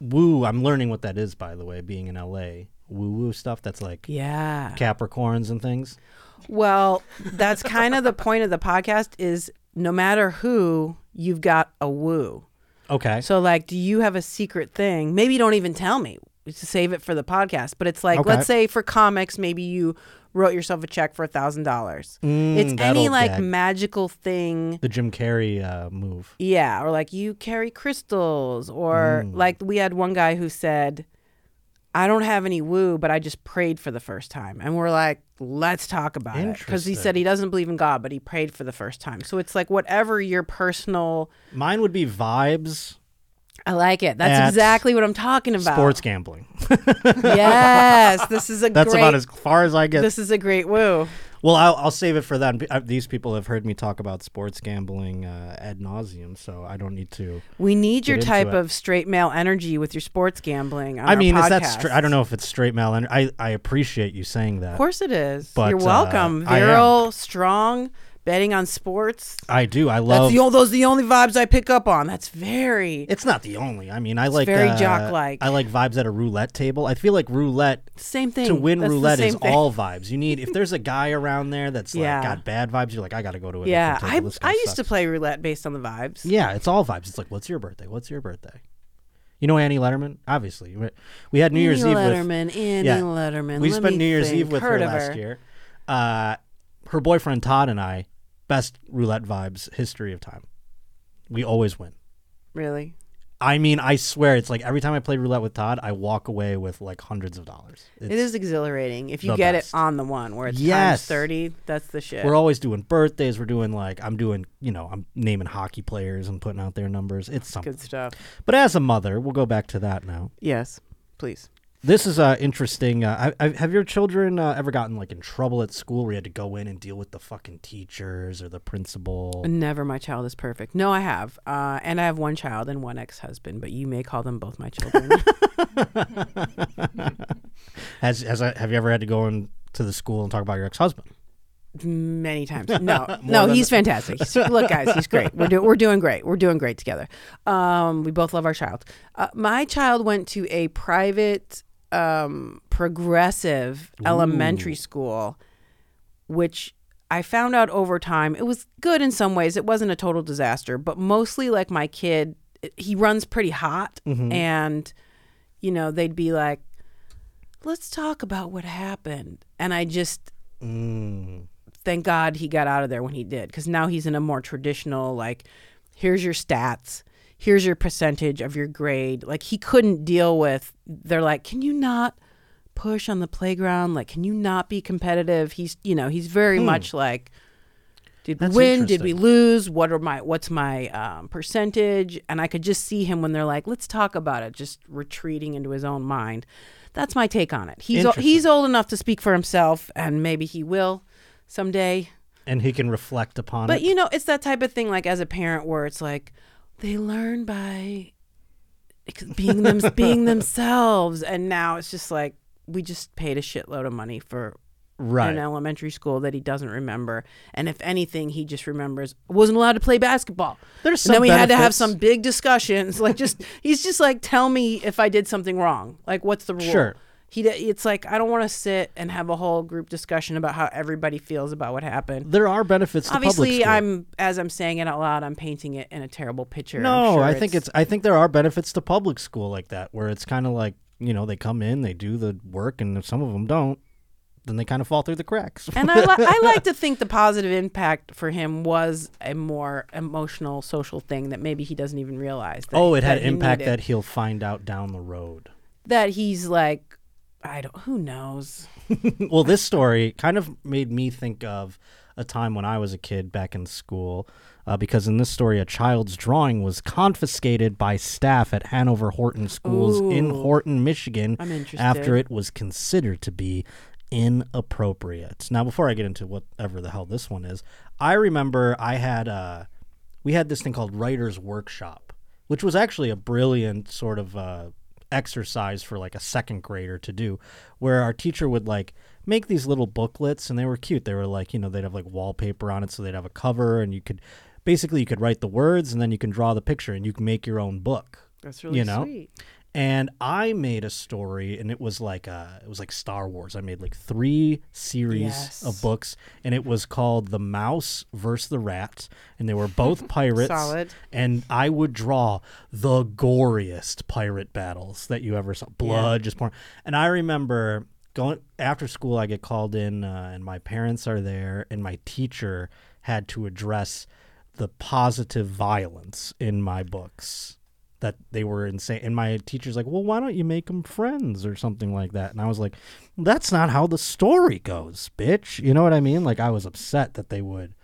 Speaker 2: woo! I'm learning what that is, by the way. Being in LA, woo woo stuff. That's like
Speaker 3: Yeah.
Speaker 2: Capricorns and things.
Speaker 3: Well, that's kind of the point of the podcast. Is no matter who you've got a woo.
Speaker 2: Okay.
Speaker 3: So like, do you have a secret thing? Maybe you don't even tell me. Just save it for the podcast. But it's like,
Speaker 2: Okay.
Speaker 3: let's say for comics, maybe you wrote yourself a check for a thousand dollars. It's
Speaker 2: that
Speaker 3: any
Speaker 2: old
Speaker 3: like
Speaker 2: gag.
Speaker 3: magical thing.
Speaker 2: the Jim Carrey uh, move.
Speaker 3: Yeah, or like you carry crystals, or
Speaker 2: Mm.
Speaker 3: like we had one guy who said, "I don't have any woo, but I just prayed for the first time," and we're like, "Let's talk about it," because he said he doesn't believe in God, but he prayed for the first time. So it's like whatever your personal.
Speaker 2: Mine would be vibes,
Speaker 3: I like it. That's
Speaker 2: At
Speaker 3: exactly what I'm talking about.
Speaker 2: sports gambling.
Speaker 3: yes, this is a
Speaker 2: That's
Speaker 3: great.
Speaker 2: about as far as I get.
Speaker 3: this is a great woo.
Speaker 2: well, I'll, I'll save it for that. Be- uh, These people have heard me talk about sports gambling uh, ad nauseum, so I don't need to.
Speaker 3: We need your
Speaker 2: into
Speaker 3: type
Speaker 2: it.
Speaker 3: of straight male energy with your sports gambling. On
Speaker 2: I mean,
Speaker 3: our
Speaker 2: is that?
Speaker 3: podcast.
Speaker 2: Stra- I don't know if it's straight male. And I I appreciate you saying that.
Speaker 3: Of course it is.
Speaker 2: But,
Speaker 3: You're
Speaker 2: uh,
Speaker 3: welcome.
Speaker 2: I am.
Speaker 3: Virile, strong, betting on sports.
Speaker 2: I do. I
Speaker 3: That's
Speaker 2: love.
Speaker 3: the only, those are the only vibes I pick up on. That's very
Speaker 2: it's not the only. I mean, I like
Speaker 3: very
Speaker 2: uh,
Speaker 3: jock-like.
Speaker 2: I like vibes at a roulette table. I feel like roulette
Speaker 3: same thing.
Speaker 2: to win
Speaker 3: That's the
Speaker 2: roulette is
Speaker 3: same thing.
Speaker 2: all vibes. You need if there's a guy around there that's
Speaker 3: Yeah.
Speaker 2: like got bad vibes, you're like, I gotta go to a
Speaker 3: Yeah,
Speaker 2: different
Speaker 3: I
Speaker 2: table. This guy
Speaker 3: I used
Speaker 2: sucks.
Speaker 3: to play roulette based on the vibes.
Speaker 2: Yeah, it's all vibes. It's like, what's your birthday? What's your birthday? You know Annie Letterman? Obviously, we- we had New Year's
Speaker 3: Annie
Speaker 2: Eve
Speaker 3: Letterman, Annie
Speaker 2: with yeah.
Speaker 3: Letterman.
Speaker 2: We
Speaker 3: Let
Speaker 2: spent
Speaker 3: me
Speaker 2: New Year's
Speaker 3: think.
Speaker 2: Eve with her,
Speaker 3: Heard of
Speaker 2: last year. Uh, her boyfriend Todd and I, best roulette vibes history of time. We always win.
Speaker 3: Really?
Speaker 2: I mean, I swear, it's like every time I play roulette with Todd, I walk away with like hundreds of dollars.
Speaker 3: It is exhilarating if you
Speaker 2: the
Speaker 3: get
Speaker 2: best.
Speaker 3: it on the one where it's
Speaker 2: Yes.
Speaker 3: times thirty. That's the shit.
Speaker 2: We're always doing birthdays. We're doing like I'm doing, you know, I'm naming hockey players and putting out their numbers. It's something.
Speaker 3: Good stuff.
Speaker 2: But as a mother, we'll go back to that now.
Speaker 3: Yes, please.
Speaker 2: This is uh, interesting. Uh, I, I, have your children uh, ever gotten like in trouble at school where you had to go in and deal with the fucking teachers or the principal?
Speaker 3: Never, my child is perfect. No, I have, uh, and I have one child and one ex-husband, but you may call them both my children.
Speaker 2: Has, has I, have you ever had to go in to the school and talk about your ex husband?
Speaker 3: many times. No, no, he's fantastic. He's- look, guys, he's great. We're, do, we're doing great. We're doing great together. Um, we both love our child. Uh, my child went to a private, um, progressive elementary school, which I found out over time. It was good in some ways. It wasn't a total disaster, but mostly like my kid, he runs pretty hot, and you know they'd be like, "Let's talk about what happened," and I just thank God he got out of there when he did, because now he's in a more traditional like, here's your stats, here's your percentage of your grade. Like he couldn't deal with. They're like, can you not push on the playground? Like, can you not be competitive? He's you know he's very much like. Did we
Speaker 2: Hmm. That's
Speaker 3: win? Did
Speaker 2: interesting.
Speaker 3: we lose? What are my what's my um, percentage? And I could just see him when they're like, "Let's talk about it," just retreating into his own mind. That's my take on it. He's o-
Speaker 2: Interesting.
Speaker 3: he's old enough to speak for himself, and maybe he will someday.
Speaker 2: and he can reflect upon
Speaker 3: But
Speaker 2: it.
Speaker 3: you know, it's that type of thing. Like as a parent, where it's like they learn by ex- being them being themselves, and now it's just like we just paid a shitload of money for
Speaker 2: right.
Speaker 3: in elementary school that he doesn't remember. And if anything, he just remembers wasn't allowed to play basketball.
Speaker 2: There's
Speaker 3: and
Speaker 2: some
Speaker 3: then we had to have
Speaker 2: benefits.
Speaker 3: some big discussions. Like just he's just like, tell me if I did something wrong. Like what's the rule?
Speaker 2: Sure.
Speaker 3: He d- it's like I don't want to sit and have a whole group discussion about how everybody feels about what happened.
Speaker 2: There are benefits to public
Speaker 3: Obviously,
Speaker 2: school.
Speaker 3: I'm as I'm saying it out loud, I'm painting it in a terrible picture. I'm
Speaker 2: No,
Speaker 3: sure
Speaker 2: I think it's I think there are benefits to public school like that where it's kind of like, you know, they come in, they do the work and if some of them don't, then they kind of fall through the cracks.
Speaker 3: and I, li- I like to think the positive impact for him was a more emotional social thing that maybe he doesn't even realize. That,
Speaker 2: oh, it had
Speaker 3: that he
Speaker 2: impact
Speaker 3: needed.
Speaker 2: that he'll find out down the road.
Speaker 3: that he's like, I don't, who knows?
Speaker 2: well, this story kind of made me think of a time when I was a kid back in school, uh, because in this story, a child's drawing was confiscated by staff at Hanover Horton Schools in
Speaker 3: Ooh.
Speaker 2: Horton, Michigan,
Speaker 3: I'm interested.
Speaker 2: after it was considered to be inappropriate. Now, before I get into whatever the hell this one is, I remember I had uh, we had this thing called Writers Workshop, which was actually a brilliant sort of uh, exercise for like a second grader to do, where our teacher would like make these little booklets, and they were cute. They were like you know they'd have like wallpaper on it, so they'd have a cover, and you could basically you could write the words, and then you can draw the picture, and you can make your own book.
Speaker 3: That's
Speaker 2: really You know? sweet. And I made a story, and it was like uh, it was like Star Wars. I made like three series
Speaker 3: Yes.
Speaker 2: of books, and it was called The Mouse versus the Rat, and they were both pirates.
Speaker 3: Solid.
Speaker 2: And I would draw the goriest pirate battles that you ever saw, blood just pouring. And I remember going after school. I get called in, uh, and my parents are there, and my teacher had to address the positive violence in my books that they were insane. And my teacher's like, well, why don't you make them friends or something like that? And I was like, that's not how the story goes, bitch. You know what I mean? Like, I was upset that they would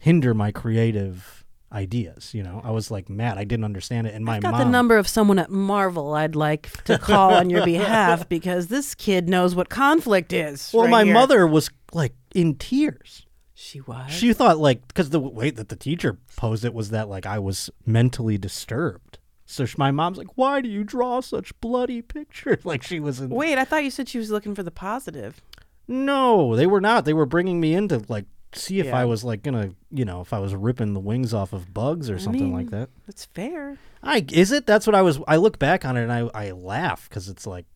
Speaker 2: hinder my creative ideas. You know, I was like mad. I didn't understand it. And my
Speaker 3: I've got
Speaker 2: mom.
Speaker 3: the number of someone at Marvel I'd like to call on your behalf because this kid knows what conflict is.
Speaker 2: well,
Speaker 3: right
Speaker 2: my
Speaker 3: here.
Speaker 2: mother was like in tears.
Speaker 3: She was.
Speaker 2: She thought like because the way that the teacher posed it was that like I was mentally disturbed. So sh- my mom's like, "Why do you draw such bloody pictures?" Like she was in
Speaker 3: Wait, I thought you said she was looking for the positive.
Speaker 2: No, they were not. They were bringing me in to like see if
Speaker 3: Yeah.
Speaker 2: I was like gonna, you know, if I was ripping the wings off of bugs or something like that.
Speaker 3: That's fair.
Speaker 2: I is it? That's what I was. I look back on it and I I laugh because it's like,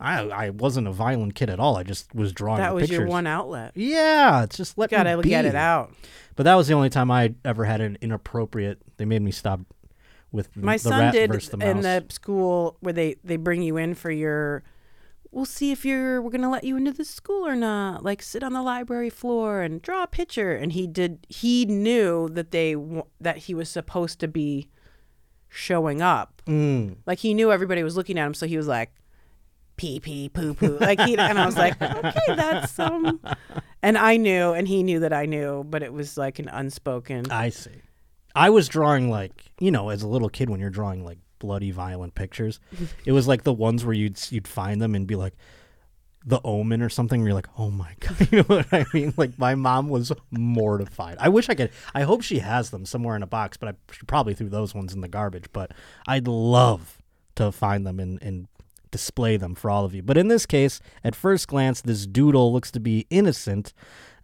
Speaker 2: I I wasn't a violent kid at all. I just was drawing.
Speaker 3: That
Speaker 2: the
Speaker 3: was your
Speaker 2: pictures.
Speaker 3: one outlet.
Speaker 2: Yeah, it's just let
Speaker 3: You gotta
Speaker 2: me
Speaker 3: get it
Speaker 2: be.
Speaker 3: out.
Speaker 2: But that was the only time I ever had an inappropriate. They made me stop with
Speaker 3: My
Speaker 2: the
Speaker 3: son
Speaker 2: rat
Speaker 3: did
Speaker 2: versus the mouse.
Speaker 3: in the school where they they bring you in for your. We'll see if you're we're gonna let you into this school or not. Like sit on the library floor and draw a picture. And he did. He knew that they wa- that he was supposed to be showing up.
Speaker 2: Mm.
Speaker 3: Like he knew everybody was looking at him, so he was like, pee pee poo poo. Like he and I was like, okay, that's um. And I knew, and he knew that I knew, but it was like an unspoken.
Speaker 2: I see. I was drawing like you know, as a little kid, when you're drawing like bloody, violent pictures, it was like the ones where you'd you'd find them and be like, The Omen or something. Where you're like, oh my god, you know what I mean? Like my mom was mortified. I wish I could. I hope she has them somewhere in a box, but I she probably threw those ones in the garbage. But I'd love to find them and and display them for all of you. But in this case, at first glance, this doodle looks to be innocent.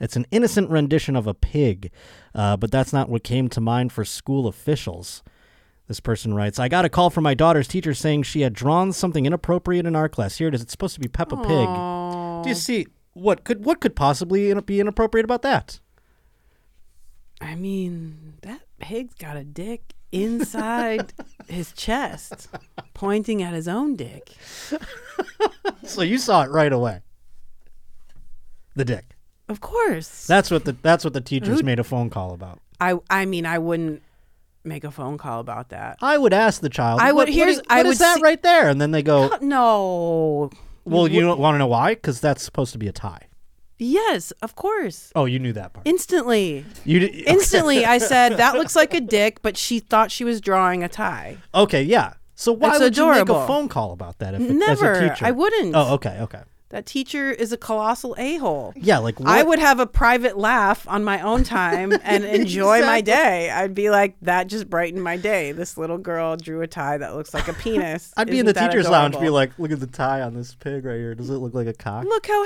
Speaker 2: It's an innocent rendition of a pig, uh, but that's not what came to mind for school officials. This person writes, I got a call from my daughter's teacher saying she had drawn something inappropriate in our class. Here it is. It's supposed to be Peppa Pig. Do you see what could what could possibly in- be inappropriate about that?
Speaker 3: I mean, that pig's got a dick inside his chest, pointing at his own dick.
Speaker 2: So you saw it right away. The dick.
Speaker 3: Of course.
Speaker 2: That's what the that's what the teachers
Speaker 3: Who-
Speaker 2: made a phone call about.
Speaker 3: I I mean I wouldn't make a phone call about that.
Speaker 2: I would ask the child.
Speaker 3: I
Speaker 2: "What-
Speaker 3: would- here's-
Speaker 2: what, is-
Speaker 3: I
Speaker 2: what is
Speaker 3: would
Speaker 2: that
Speaker 3: see-
Speaker 2: right there, and then they go,
Speaker 3: No.
Speaker 2: "Well, you don't want to know why? Because that's supposed to be a tie."
Speaker 3: Yes, of course.
Speaker 2: Oh, you knew that part.
Speaker 3: Instantly.
Speaker 2: You did,
Speaker 3: Instantly I said that looks like a dick, but she thought she was drawing a tie.
Speaker 2: okay, yeah. So why
Speaker 3: That's
Speaker 2: would you make a
Speaker 3: adorable.
Speaker 2: phone call about that? If it- as a
Speaker 3: Never.
Speaker 2: teacher?
Speaker 3: I wouldn't.
Speaker 2: Oh, okay, okay.
Speaker 3: That teacher is a colossal a-hole.
Speaker 2: Yeah, like what?
Speaker 3: I would have a private laugh on my own time and enjoy my day. I'd be like, that just brightened my day. This little girl drew a tie that looks like a penis.
Speaker 2: I'd be in
Speaker 3: Isn't
Speaker 2: the
Speaker 3: that
Speaker 2: teachers' lounge, be
Speaker 3: adorable?
Speaker 2: like, "Look at the tie on this pig right here. Does it look like a cock?"
Speaker 3: look how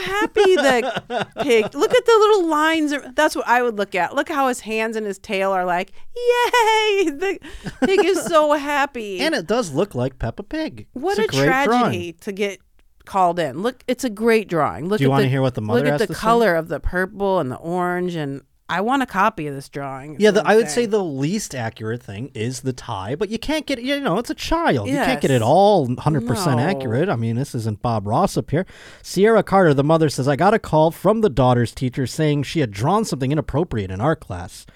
Speaker 3: happy the pig. Look at the little lines. ar- That's what I would look at. Look how his hands and his tail are like, yay! The pig is so happy.
Speaker 2: And it does look like Peppa Pig.
Speaker 3: what
Speaker 2: It's a,
Speaker 3: a,
Speaker 2: great
Speaker 3: tragedy
Speaker 2: drawing.
Speaker 3: to get called in. Look, it's a great drawing. Look
Speaker 2: Do you
Speaker 3: at
Speaker 2: wanna
Speaker 3: the-
Speaker 2: hear what the mother
Speaker 3: Look
Speaker 2: has
Speaker 3: at the
Speaker 2: to say?
Speaker 3: color of the purple and the orange, and I want a copy of this drawing. is
Speaker 2: Yeah,
Speaker 3: what
Speaker 2: the,
Speaker 3: I'm
Speaker 2: I would say
Speaker 3: saying.
Speaker 2: the least accurate thing is the tie, but you can't get you know it's a child. You can't get it
Speaker 3: Yes.
Speaker 2: all 100%
Speaker 3: No.
Speaker 2: accurate. I mean, this isn't Bob Ross up here. Sierra Carter, the mother says, "I got a call from the daughter's teacher saying she had drawn something inappropriate in art class."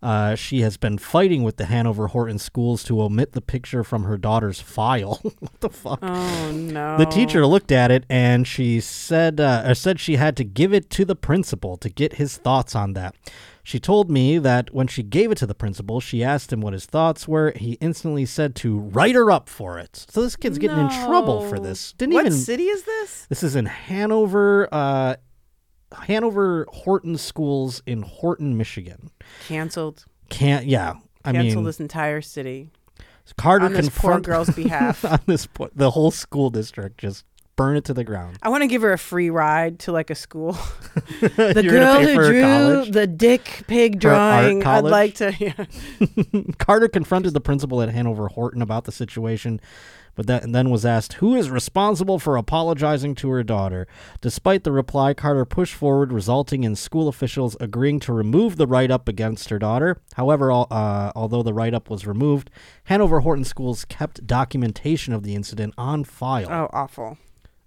Speaker 2: Uh, she has been fighting with the Hanover Horton schools to omit the picture from her daughter's file. what the fuck?
Speaker 3: oh no,
Speaker 2: The teacher looked at it and she said, uh, or said she had to give it to the principal to get his thoughts on that. She told me that when she gave it to the principal, she asked him what his thoughts were. He instantly said to write her up for it. So this kid's getting in trouble for
Speaker 3: No.
Speaker 2: this. Didn't
Speaker 3: what
Speaker 2: even.
Speaker 3: city is this?
Speaker 2: This is in Hanover, uh, Hanover Horton Schools in Horton, Michigan.
Speaker 3: Canceled.
Speaker 2: Can't. Yeah, I
Speaker 3: Cancel
Speaker 2: mean,
Speaker 3: this entire city
Speaker 2: Carter
Speaker 3: on this poor
Speaker 2: confront-
Speaker 3: girl's behalf.
Speaker 2: on this point, the whole school district just burn it to the ground.
Speaker 3: I want to give her a free ride to like a school. The
Speaker 2: You're gonna
Speaker 3: girl
Speaker 2: pay for
Speaker 3: who
Speaker 2: her
Speaker 3: drew
Speaker 2: college?
Speaker 3: the dick pig
Speaker 2: Her art
Speaker 3: drawing. I'd
Speaker 2: college?
Speaker 3: like to. Yeah.
Speaker 2: Carter confronted the principal at Hanover Horton about the situation, but that, and then was asked who is responsible for apologizing to her daughter. Despite the reply, Carter pushed forward, resulting in school officials agreeing to remove the write up against her daughter. However, al- uh, although the write up was removed, Hanover Horton schools kept documentation of the incident on file.
Speaker 3: Oh, awful.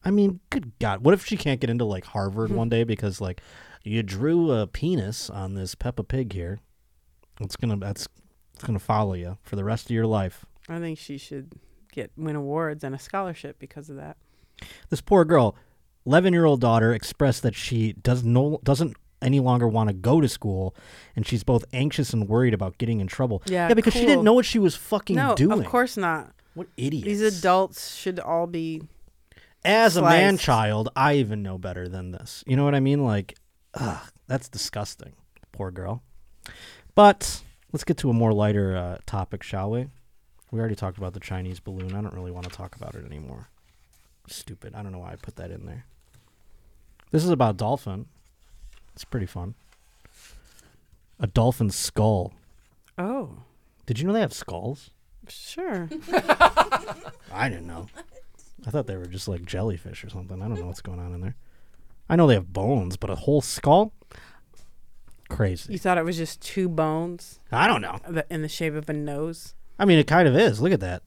Speaker 2: I mean, good God, what if she can't get into like
Speaker 3: Mm-hmm.
Speaker 2: Harvard one day because like you drew a penis on this Peppa Pig here? It's gonna that's it's gonna follow you for the rest of your life.
Speaker 3: I think she should get win awards and a scholarship because of that.
Speaker 2: This poor girl, eleven year old daughter, expressed that she does no doesn't any longer want to go to school, and she's both anxious and worried about getting in trouble.
Speaker 3: Yeah,
Speaker 2: because she didn't
Speaker 3: cool.
Speaker 2: know what she was fucking
Speaker 3: No,
Speaker 2: doing.
Speaker 3: of course not.
Speaker 2: what idiots!
Speaker 3: These adults should all be.
Speaker 2: As a
Speaker 3: sliced.
Speaker 2: man child, I even know better than this. You know what I mean? Like, ugh, that's disgusting. Poor girl. But let's get to a more lighter uh, topic, shall we? We already talked about the Chinese balloon. I don't really want to talk about it anymore. Stupid. I don't know why I put that in there. This is about dolphin. It's pretty fun. A dolphin skull.
Speaker 3: Oh,
Speaker 2: Did you know they have skulls?
Speaker 3: sure.
Speaker 2: I didn't know. I thought they were just like jellyfish or something. I don't know what's going on in there. I know they have bones, but a whole skull?
Speaker 3: you
Speaker 2: Crazy.
Speaker 3: thought it was just two bones
Speaker 2: I don't know.
Speaker 3: the- in the shape of a nose.
Speaker 2: I mean, it kind of is. Look at that.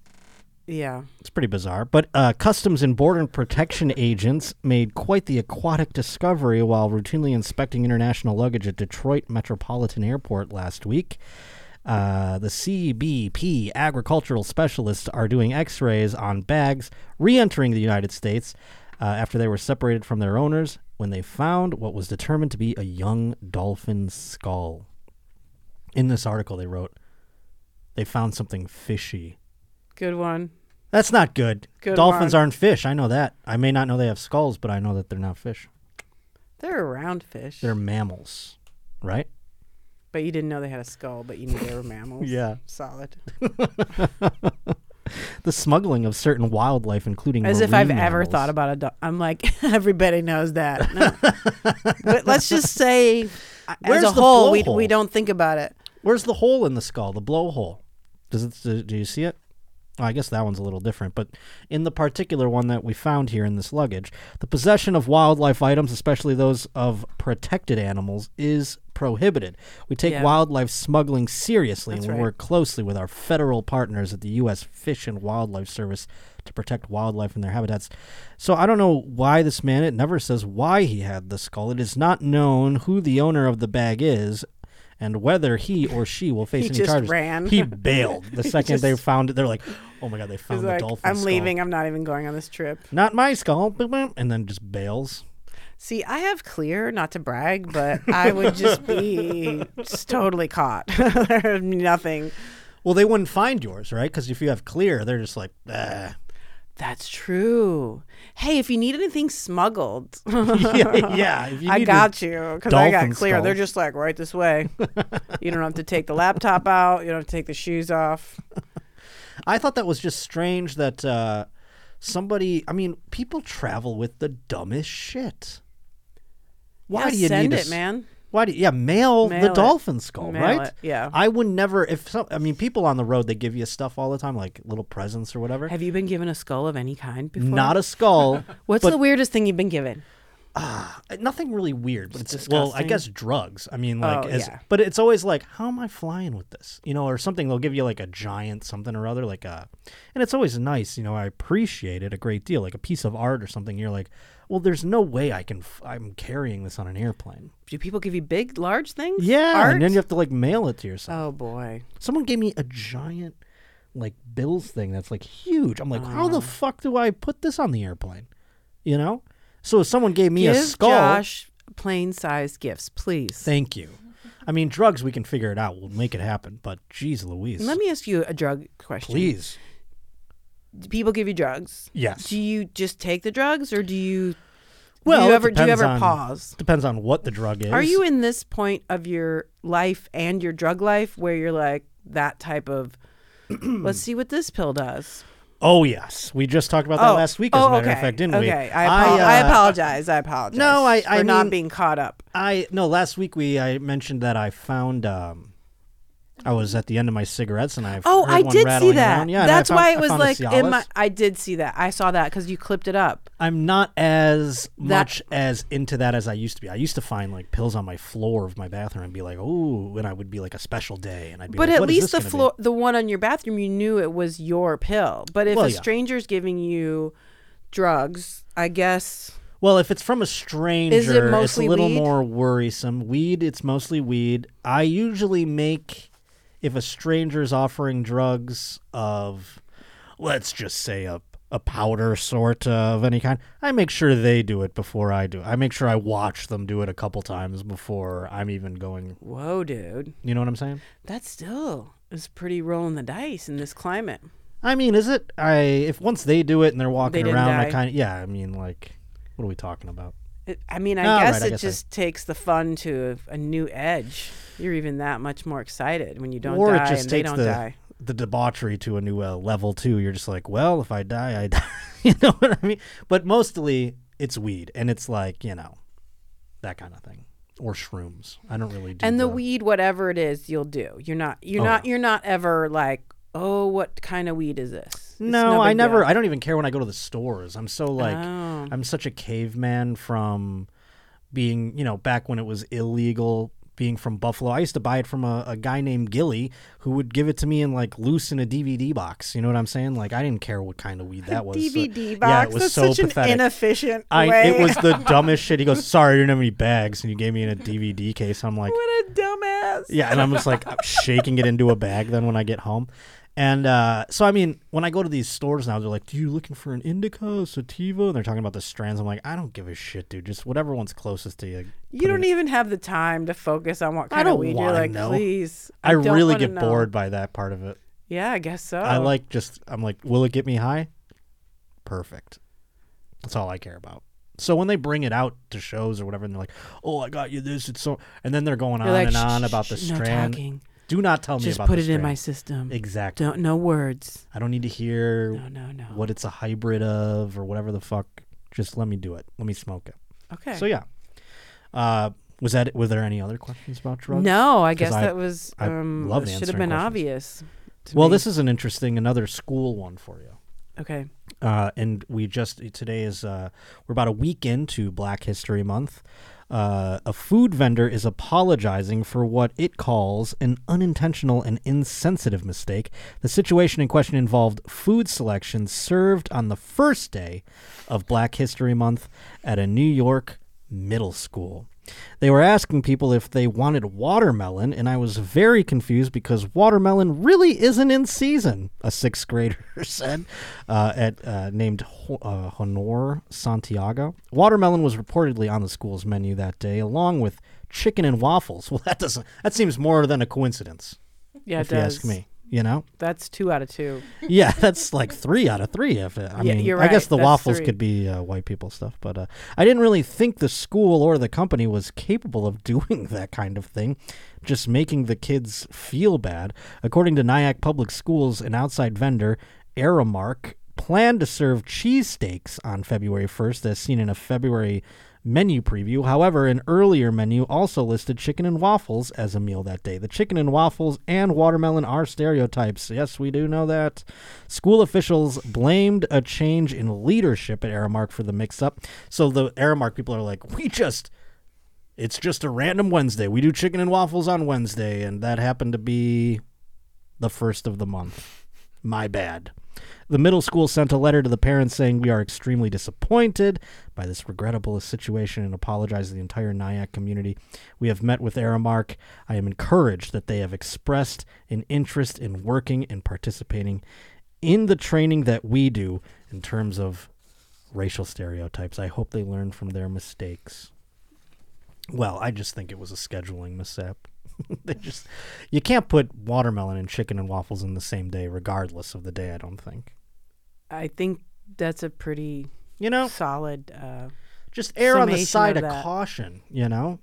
Speaker 3: Yeah.
Speaker 2: It's pretty bizarre. But uh, Customs and Border Protection agents made quite the aquatic discovery while routinely inspecting international luggage at Detroit Metropolitan Airport last week. Uh, the CBP agricultural specialists are doing x rays on bags re entering the United States uh, after they were separated from their owners when they found what was determined to be a young dolphin skull. In this article, they wrote, they found something fishy
Speaker 3: Good one.
Speaker 2: that's not good.
Speaker 3: Good
Speaker 2: Dolphins
Speaker 3: one.
Speaker 2: aren't fish. I know that. I may not know they have skulls, but I know that they're not fish.
Speaker 3: They're a round fish.
Speaker 2: They're mammals, right?
Speaker 3: but you didn't know they had a skull, but you knew they were mammals.
Speaker 2: Yeah.
Speaker 3: Solid.
Speaker 2: The smuggling of certain wildlife, including
Speaker 3: As if
Speaker 2: marine
Speaker 3: I've ever
Speaker 2: mammals-
Speaker 3: thought about a dog. I'm like, everybody knows that. No. but let's just say, uh,
Speaker 2: Where's
Speaker 3: as a
Speaker 2: the
Speaker 3: whole, we,
Speaker 2: blowhole?
Speaker 3: we don't think about it.
Speaker 2: Where's the hole in the skull? The blowhole. Does it? Do, do you see it? Well, I guess that one's a little different, but in the particular one that we found here in this luggage, the possession of wildlife items, especially those of protected animals, is prohibited. We take
Speaker 3: Yeah.
Speaker 2: wildlife smuggling seriously, and
Speaker 3: That's
Speaker 2: we
Speaker 3: right.
Speaker 2: work closely with our federal partners at the U.S. Fish and Wildlife Service to protect wildlife and their habitats. So I don't know why this man, it never says why he had the skull. It is not known who the owner of the bag is and whether he or she will face
Speaker 3: He
Speaker 2: any
Speaker 3: just
Speaker 2: charges.
Speaker 3: ran.
Speaker 2: He bailed the second they
Speaker 3: just-
Speaker 2: found it. They're like, oh my God, they
Speaker 3: He's
Speaker 2: found the
Speaker 3: like,
Speaker 2: dolphin
Speaker 3: I'm
Speaker 2: skull.
Speaker 3: leaving. I'm not even going on this trip.
Speaker 2: Not my skull. Boop, boop, And then just bails.
Speaker 3: See, I have clear, not to brag, but I would just be just totally caught. There's nothing.
Speaker 2: Well, they wouldn't find yours, right? Because if you have clear, they're just like, ah.
Speaker 3: That's true. Hey, if you need anything smuggled,
Speaker 2: yeah, yeah. If you
Speaker 3: I
Speaker 2: need to-
Speaker 3: got you because I got
Speaker 2: dolphin
Speaker 3: clear.
Speaker 2: skull.
Speaker 3: They're just like right this way. you don't have to take the laptop out. You don't have to take the shoes off.
Speaker 2: I thought that was just strange that uh, somebody. I mean, people travel with the dumbest shit. Why
Speaker 3: Yeah,
Speaker 2: do you
Speaker 3: send
Speaker 2: need
Speaker 3: it,
Speaker 2: to s-
Speaker 3: man?
Speaker 2: Why do you, yeah mail,
Speaker 3: Mail
Speaker 2: the
Speaker 3: it.
Speaker 2: dolphin skull
Speaker 3: Mail
Speaker 2: right?
Speaker 3: it, yeah.
Speaker 2: I would never if some. I mean, people on the road they give you stuff all the time, like little presents or whatever.
Speaker 3: Have you been given a skull of any kind before?
Speaker 2: Not a skull.
Speaker 3: What's the weirdest thing you've been given?
Speaker 2: nothing really weird, but it's well, I
Speaker 3: disgusting.
Speaker 2: guess drugs. I mean, like,
Speaker 3: Oh,
Speaker 2: as,
Speaker 3: yeah.
Speaker 2: but it's always like, how am I flying with this? You know, or something. They'll give you like a giant something or other, like a, and it's always nice. You know, I appreciate it a great deal, like a piece of art or something. You're like, well, there's no way I can. F- I'm carrying this on an airplane.
Speaker 3: Do people give you big, large things?
Speaker 2: Yeah,
Speaker 3: Art?
Speaker 2: and then you have to like mail it to yourself.
Speaker 3: oh boy.
Speaker 2: Someone gave me a giant, like bills thing that's like huge. I'm like, how
Speaker 3: Oh.
Speaker 2: the fuck do I put this on the airplane? You know. So if someone gave me
Speaker 3: Give
Speaker 2: a skull.
Speaker 3: Josh plain-sized gifts, please.
Speaker 2: Thank you. I mean, drugs, we can figure it out. We'll make it happen. But geez, Louise.
Speaker 3: Let me ask you a drug question.
Speaker 2: please.
Speaker 3: Do people give you drugs?
Speaker 2: Yes.
Speaker 3: Do you just take the drugs, or do you?
Speaker 2: Well,
Speaker 3: do you
Speaker 2: it
Speaker 3: ever do you
Speaker 2: depends
Speaker 3: ever
Speaker 2: on-
Speaker 3: pause?
Speaker 2: Depends on what the drug is.
Speaker 3: Are you in this point of your life and your drug life where you're like that type of? let's see what this pill does.
Speaker 2: Oh, yes. We just talked about that
Speaker 3: oh,
Speaker 2: last week, as
Speaker 3: oh,
Speaker 2: a matter
Speaker 3: okay.
Speaker 2: of fact, didn't
Speaker 3: okay.
Speaker 2: we?
Speaker 3: I, apo- I,
Speaker 2: uh,
Speaker 3: apologize. I apologize.
Speaker 2: No, I- I
Speaker 3: for not
Speaker 2: mean-
Speaker 3: being caught up.
Speaker 2: I no. Last week we I mentioned that I found um, I was at the end of my cigarettes and I
Speaker 3: Oh,
Speaker 2: heard
Speaker 3: I
Speaker 2: one
Speaker 3: did see
Speaker 2: rattling
Speaker 3: that.
Speaker 2: around. Yeah, and I
Speaker 3: That's
Speaker 2: found-
Speaker 3: why
Speaker 2: I
Speaker 3: it was
Speaker 2: found a
Speaker 3: like in my.
Speaker 2: Cialis.
Speaker 3: I did see that. I saw that because you clipped it up.
Speaker 2: I'm not as
Speaker 3: That-
Speaker 2: much as into that as I used to be. I used to find like pills on my floor of my bathroom and be like, "Ooh," and I would be like a special day, and I'd be.
Speaker 3: But
Speaker 2: like,
Speaker 3: at
Speaker 2: "What is
Speaker 3: least the
Speaker 2: this gonna be?"
Speaker 3: floor, the one on your bathroom, you knew it was your pill. But if
Speaker 2: Well,
Speaker 3: a
Speaker 2: yeah.
Speaker 3: stranger's giving you drugs, I guess.
Speaker 2: Well, if it's from a stranger, it's a
Speaker 3: mostly
Speaker 2: little
Speaker 3: weed?
Speaker 2: more worrisome. Weed, it's mostly weed. I usually make if a stranger's offering drugs of let's just say a a powder sort of any kind, I make sure they do it before I do. I make sure I watch them do it a couple times before I'm even going,
Speaker 3: Whoa, dude,
Speaker 2: you know what I'm saying?
Speaker 3: that still is pretty rolling the dice in this climate.
Speaker 2: I mean, is it I if once they do it and they're walking
Speaker 3: didn't
Speaker 2: around, I
Speaker 3: die.
Speaker 2: kind of yeah, I mean like what are we talking about?
Speaker 3: It, I mean, I
Speaker 2: All
Speaker 3: guess
Speaker 2: right, I
Speaker 3: it
Speaker 2: guess I-
Speaker 3: just takes the fun to a, a new edge. You're even that much more excited when you don't
Speaker 2: or
Speaker 3: die
Speaker 2: it just
Speaker 3: and they
Speaker 2: takes
Speaker 3: don't
Speaker 2: the
Speaker 3: die.
Speaker 2: the debauchery to a new uh, level too. You're just like, well, if I die, I die. you know what I mean? But mostly it's weed, and it's like you know that kind of thing, or shrooms. I don't really do
Speaker 3: and the
Speaker 2: the,
Speaker 3: weed whatever it is you'll do you're not you're
Speaker 2: Oh,
Speaker 3: not you're not ever like oh what kind of weed is this It's
Speaker 2: No, I
Speaker 3: big
Speaker 2: never.
Speaker 3: deal.
Speaker 2: I don't even care when I go to the stores. I'm so like,
Speaker 3: Oh.
Speaker 2: I'm such a caveman from being, you know, back when it was illegal. Being from Buffalo, I used to buy it from a, a guy named Gilly who would give it to me in like loose in a DVD box. You know what I'm saying? Like I didn't care what kind of weed that was. So-
Speaker 3: DVD box
Speaker 2: Yeah, it was
Speaker 3: that's
Speaker 2: so
Speaker 3: such
Speaker 2: pathetic.
Speaker 3: an inefficient
Speaker 2: I,
Speaker 3: way
Speaker 2: it was the dumbest shit. He goes, "Sorry, I didn't have any bags," and you gave me in a DVD case. I'm like,
Speaker 3: what a dumbass
Speaker 2: yeah, and I'm just like I'm shaking it into a bag. Then when I get home, and uh, so I mean, when I go to these stores now, they're like, "Do you looking for an indica, sativa?" And they're talking about the strands. I'm like, I don't give a shit, dude. Just whatever one's closest to you.
Speaker 3: you don't even have the time to focus on what kind
Speaker 2: don't
Speaker 3: of weed you're
Speaker 2: wanna
Speaker 3: like
Speaker 2: know.
Speaker 3: please
Speaker 2: I,
Speaker 3: don't
Speaker 2: really
Speaker 3: wanna
Speaker 2: get
Speaker 3: know." Oh.
Speaker 2: bored by that part of it.
Speaker 3: yeah i guess so
Speaker 2: I like just I'm like, will it get me high? Perfect. That's all I care about. So when they bring it out to shows or whatever, and they're like, "Oh, I got you this," it's so, and then they're going
Speaker 3: You're
Speaker 2: on
Speaker 3: like,
Speaker 2: and
Speaker 3: "Shh,
Speaker 2: on
Speaker 3: shh,
Speaker 2: about
Speaker 3: shh,
Speaker 2: the
Speaker 3: shh, no
Speaker 2: strand.
Speaker 3: talking.
Speaker 2: Do not tell me
Speaker 3: just
Speaker 2: about
Speaker 3: put
Speaker 2: the
Speaker 3: it in my
Speaker 2: strand.
Speaker 3: system
Speaker 2: exactly.
Speaker 3: don't no words
Speaker 2: I don't need to hear
Speaker 3: no no no
Speaker 2: what it's a hybrid of or whatever the fuck. Just let me do it. Let me smoke it.
Speaker 3: okay
Speaker 2: So yeah, uh, was that? Were there any other questions about drugs?
Speaker 3: no i guess
Speaker 2: 'Cause I-
Speaker 3: that was
Speaker 2: I
Speaker 3: um
Speaker 2: love
Speaker 3: should have
Speaker 2: answering
Speaker 3: been
Speaker 2: questions.
Speaker 3: obvious to
Speaker 2: Well,
Speaker 3: me.
Speaker 2: this is an interesting another school one for you.
Speaker 3: okay
Speaker 2: Uh, and we just today is uh, we're about a week into Black History Month. uh, a food vendor is apologizing for what it calls an unintentional and insensitive mistake. The situation in question involved food selection served on the first day of Black History Month at a New York middle school. They were asking people if they wanted watermelon, and I was very confused because watermelon really isn't in season. A sixth grader said, uh, at uh, named Ho- uh, Honor Santiago. Watermelon was reportedly on the school's menu that day, along with chicken and waffles. Well, that doesn't. That seems more than a coincidence,
Speaker 3: Yeah,
Speaker 2: if
Speaker 3: it
Speaker 2: you
Speaker 3: does.
Speaker 2: ask me. You know,
Speaker 3: That's two out of two.
Speaker 2: yeah, that's like three out of three. If it, I
Speaker 3: Yeah,
Speaker 2: mean,
Speaker 3: you're
Speaker 2: I guess
Speaker 3: right.
Speaker 2: the
Speaker 3: That's
Speaker 2: waffles
Speaker 3: three.
Speaker 2: could be uh, white people stuff, but uh, I didn't really think the school or the company was capable of doing that kind of thing, just making the kids feel bad. According to Nyack Public Schools, an outside vendor, Aramark, planned to serve cheesesteaks on February 1st, as seen in a February menu preview. However, an earlier menu also listed chicken and waffles as a meal that day. The chicken and waffles and watermelon are stereotypes. Yes, we do know that. School officials blamed a change in leadership at Aramark for the mix up. So the Aramark people are like, we just. It's just a random Wednesday. We do chicken and waffles on Wednesday, and that happened to be the first of the month. My bad. The middle school sent a letter to the parents saying we are extremely disappointed by this regrettable situation and apologize to the entire Nyack community. We have met with Aramark. I am encouraged that they have expressed an interest in working and participating in the training that we do in terms of racial stereotypes. I hope they learn from their mistakes. Well, I just think it was a scheduling mishap. they just you can't put watermelon and chicken and waffles in the same day regardless of the day, I don't think.
Speaker 3: I think that's a pretty
Speaker 2: You know,
Speaker 3: solid. Uh,
Speaker 2: just err on the
Speaker 3: summation
Speaker 2: side of,
Speaker 3: of that.
Speaker 2: caution, you know?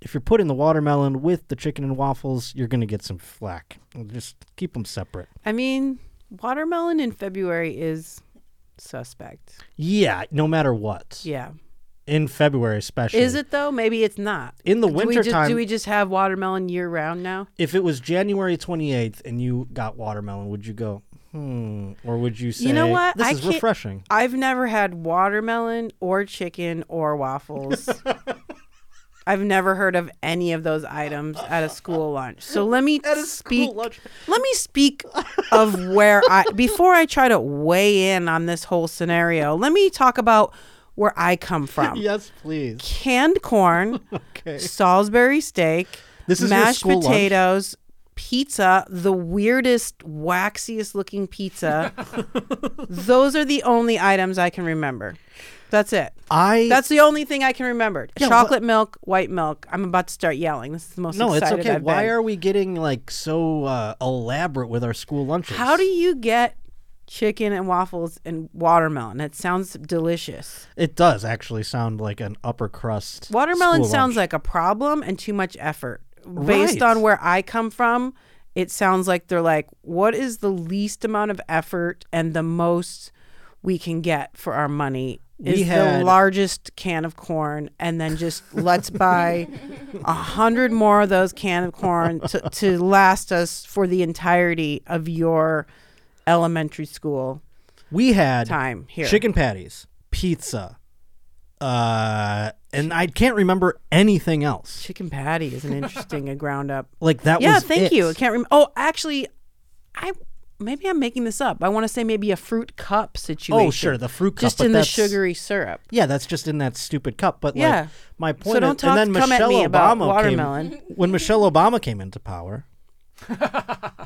Speaker 2: If you're putting the watermelon with the chicken and waffles, you're going to get some flack. Just keep them separate.
Speaker 3: I mean, watermelon in February is suspect.
Speaker 2: Yeah, no matter what.
Speaker 3: Yeah.
Speaker 2: In February especially.
Speaker 3: Is it though? Maybe it's not.
Speaker 2: In the
Speaker 3: Do we
Speaker 2: winter
Speaker 3: ju-
Speaker 2: time-
Speaker 3: Do we just have watermelon year round now?
Speaker 2: If it was January 28th and you got watermelon, would you go, "Hmm," or would you say,
Speaker 3: You know what?
Speaker 2: this
Speaker 3: I
Speaker 2: is
Speaker 3: can't-
Speaker 2: refreshing?
Speaker 3: I've never had watermelon or chicken or waffles. I've never heard of any of those items at a school lunch. So let me speak.
Speaker 2: lunch.
Speaker 3: Let me speak of where I before I try to weigh in on this whole scenario. Let me talk about where I come from.
Speaker 2: Yes, please.
Speaker 3: Canned corn,
Speaker 2: Okay.
Speaker 3: Salisbury steak,
Speaker 2: This is your
Speaker 3: mashed
Speaker 2: school lunch?
Speaker 3: potatoes, pizza, the weirdest, waxiest looking pizza. Those are the only items I can remember. That's it.
Speaker 2: I
Speaker 3: That's the only thing I can remember.
Speaker 2: Yeah,
Speaker 3: Chocolate milk, white milk. I'm about to start yelling. This is the most
Speaker 2: no, it's
Speaker 3: excited
Speaker 2: okay.
Speaker 3: I've
Speaker 2: Why
Speaker 3: been.
Speaker 2: are we getting like so uh, elaborate with our school lunches?
Speaker 3: How do you get chicken and waffles and watermelon? That sounds delicious.
Speaker 2: it does actually sound like an upper crust
Speaker 3: Watermelon
Speaker 2: school
Speaker 3: sounds
Speaker 2: lunch.
Speaker 3: like a problem and too much effort. Based
Speaker 2: Right.
Speaker 3: on where I come from, it sounds like they're like, what is the least amount of effort and the most we can get for our money? Is
Speaker 2: We had-
Speaker 3: the largest can of corn, and then just let's buy a hundred more of those can of corn to, to last us for the entirety of your elementary school
Speaker 2: we had
Speaker 3: time here.
Speaker 2: chicken patties, pizza, uh, and I can't remember anything else.
Speaker 3: Chicken patty is an interesting and ground up.
Speaker 2: Like that
Speaker 3: yeah,
Speaker 2: was
Speaker 3: thank
Speaker 2: it.
Speaker 3: you. I can't remember. Oh, actually, I maybe I'm making this up. I want to say maybe a fruit cup situation.
Speaker 2: Oh, sure, the fruit cup,
Speaker 3: just
Speaker 2: but
Speaker 3: in the
Speaker 2: that's-
Speaker 3: sugary syrup.
Speaker 2: Yeah, that's just in that stupid cup. But like
Speaker 3: Yeah.
Speaker 2: my point
Speaker 3: don't
Speaker 2: is,
Speaker 3: talk-
Speaker 2: and then
Speaker 3: come at
Speaker 2: Michelle
Speaker 3: me
Speaker 2: Obama
Speaker 3: about
Speaker 2: came-
Speaker 3: watermelon.
Speaker 2: when Michelle Obama came into power,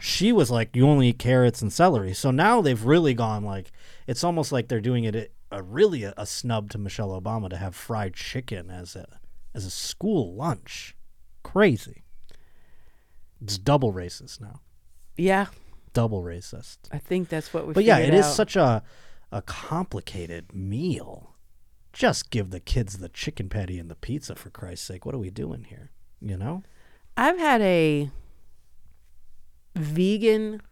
Speaker 2: she was like, "You only eat carrots and celery." So now they've really gone like it's almost like they're doing it a, a really a, a snub to Michelle Obama to have fried chicken as a as a school lunch. Crazy. It's double racist now.
Speaker 3: Yeah,
Speaker 2: Double racist.
Speaker 3: I think that's what we.
Speaker 2: But yeah, it
Speaker 3: figured
Speaker 2: is
Speaker 3: out.
Speaker 2: such a a complicated meal. Just give the kids the chicken patty and the pizza for Christ's sake. What are we doing here? You know?
Speaker 3: I've had a vegan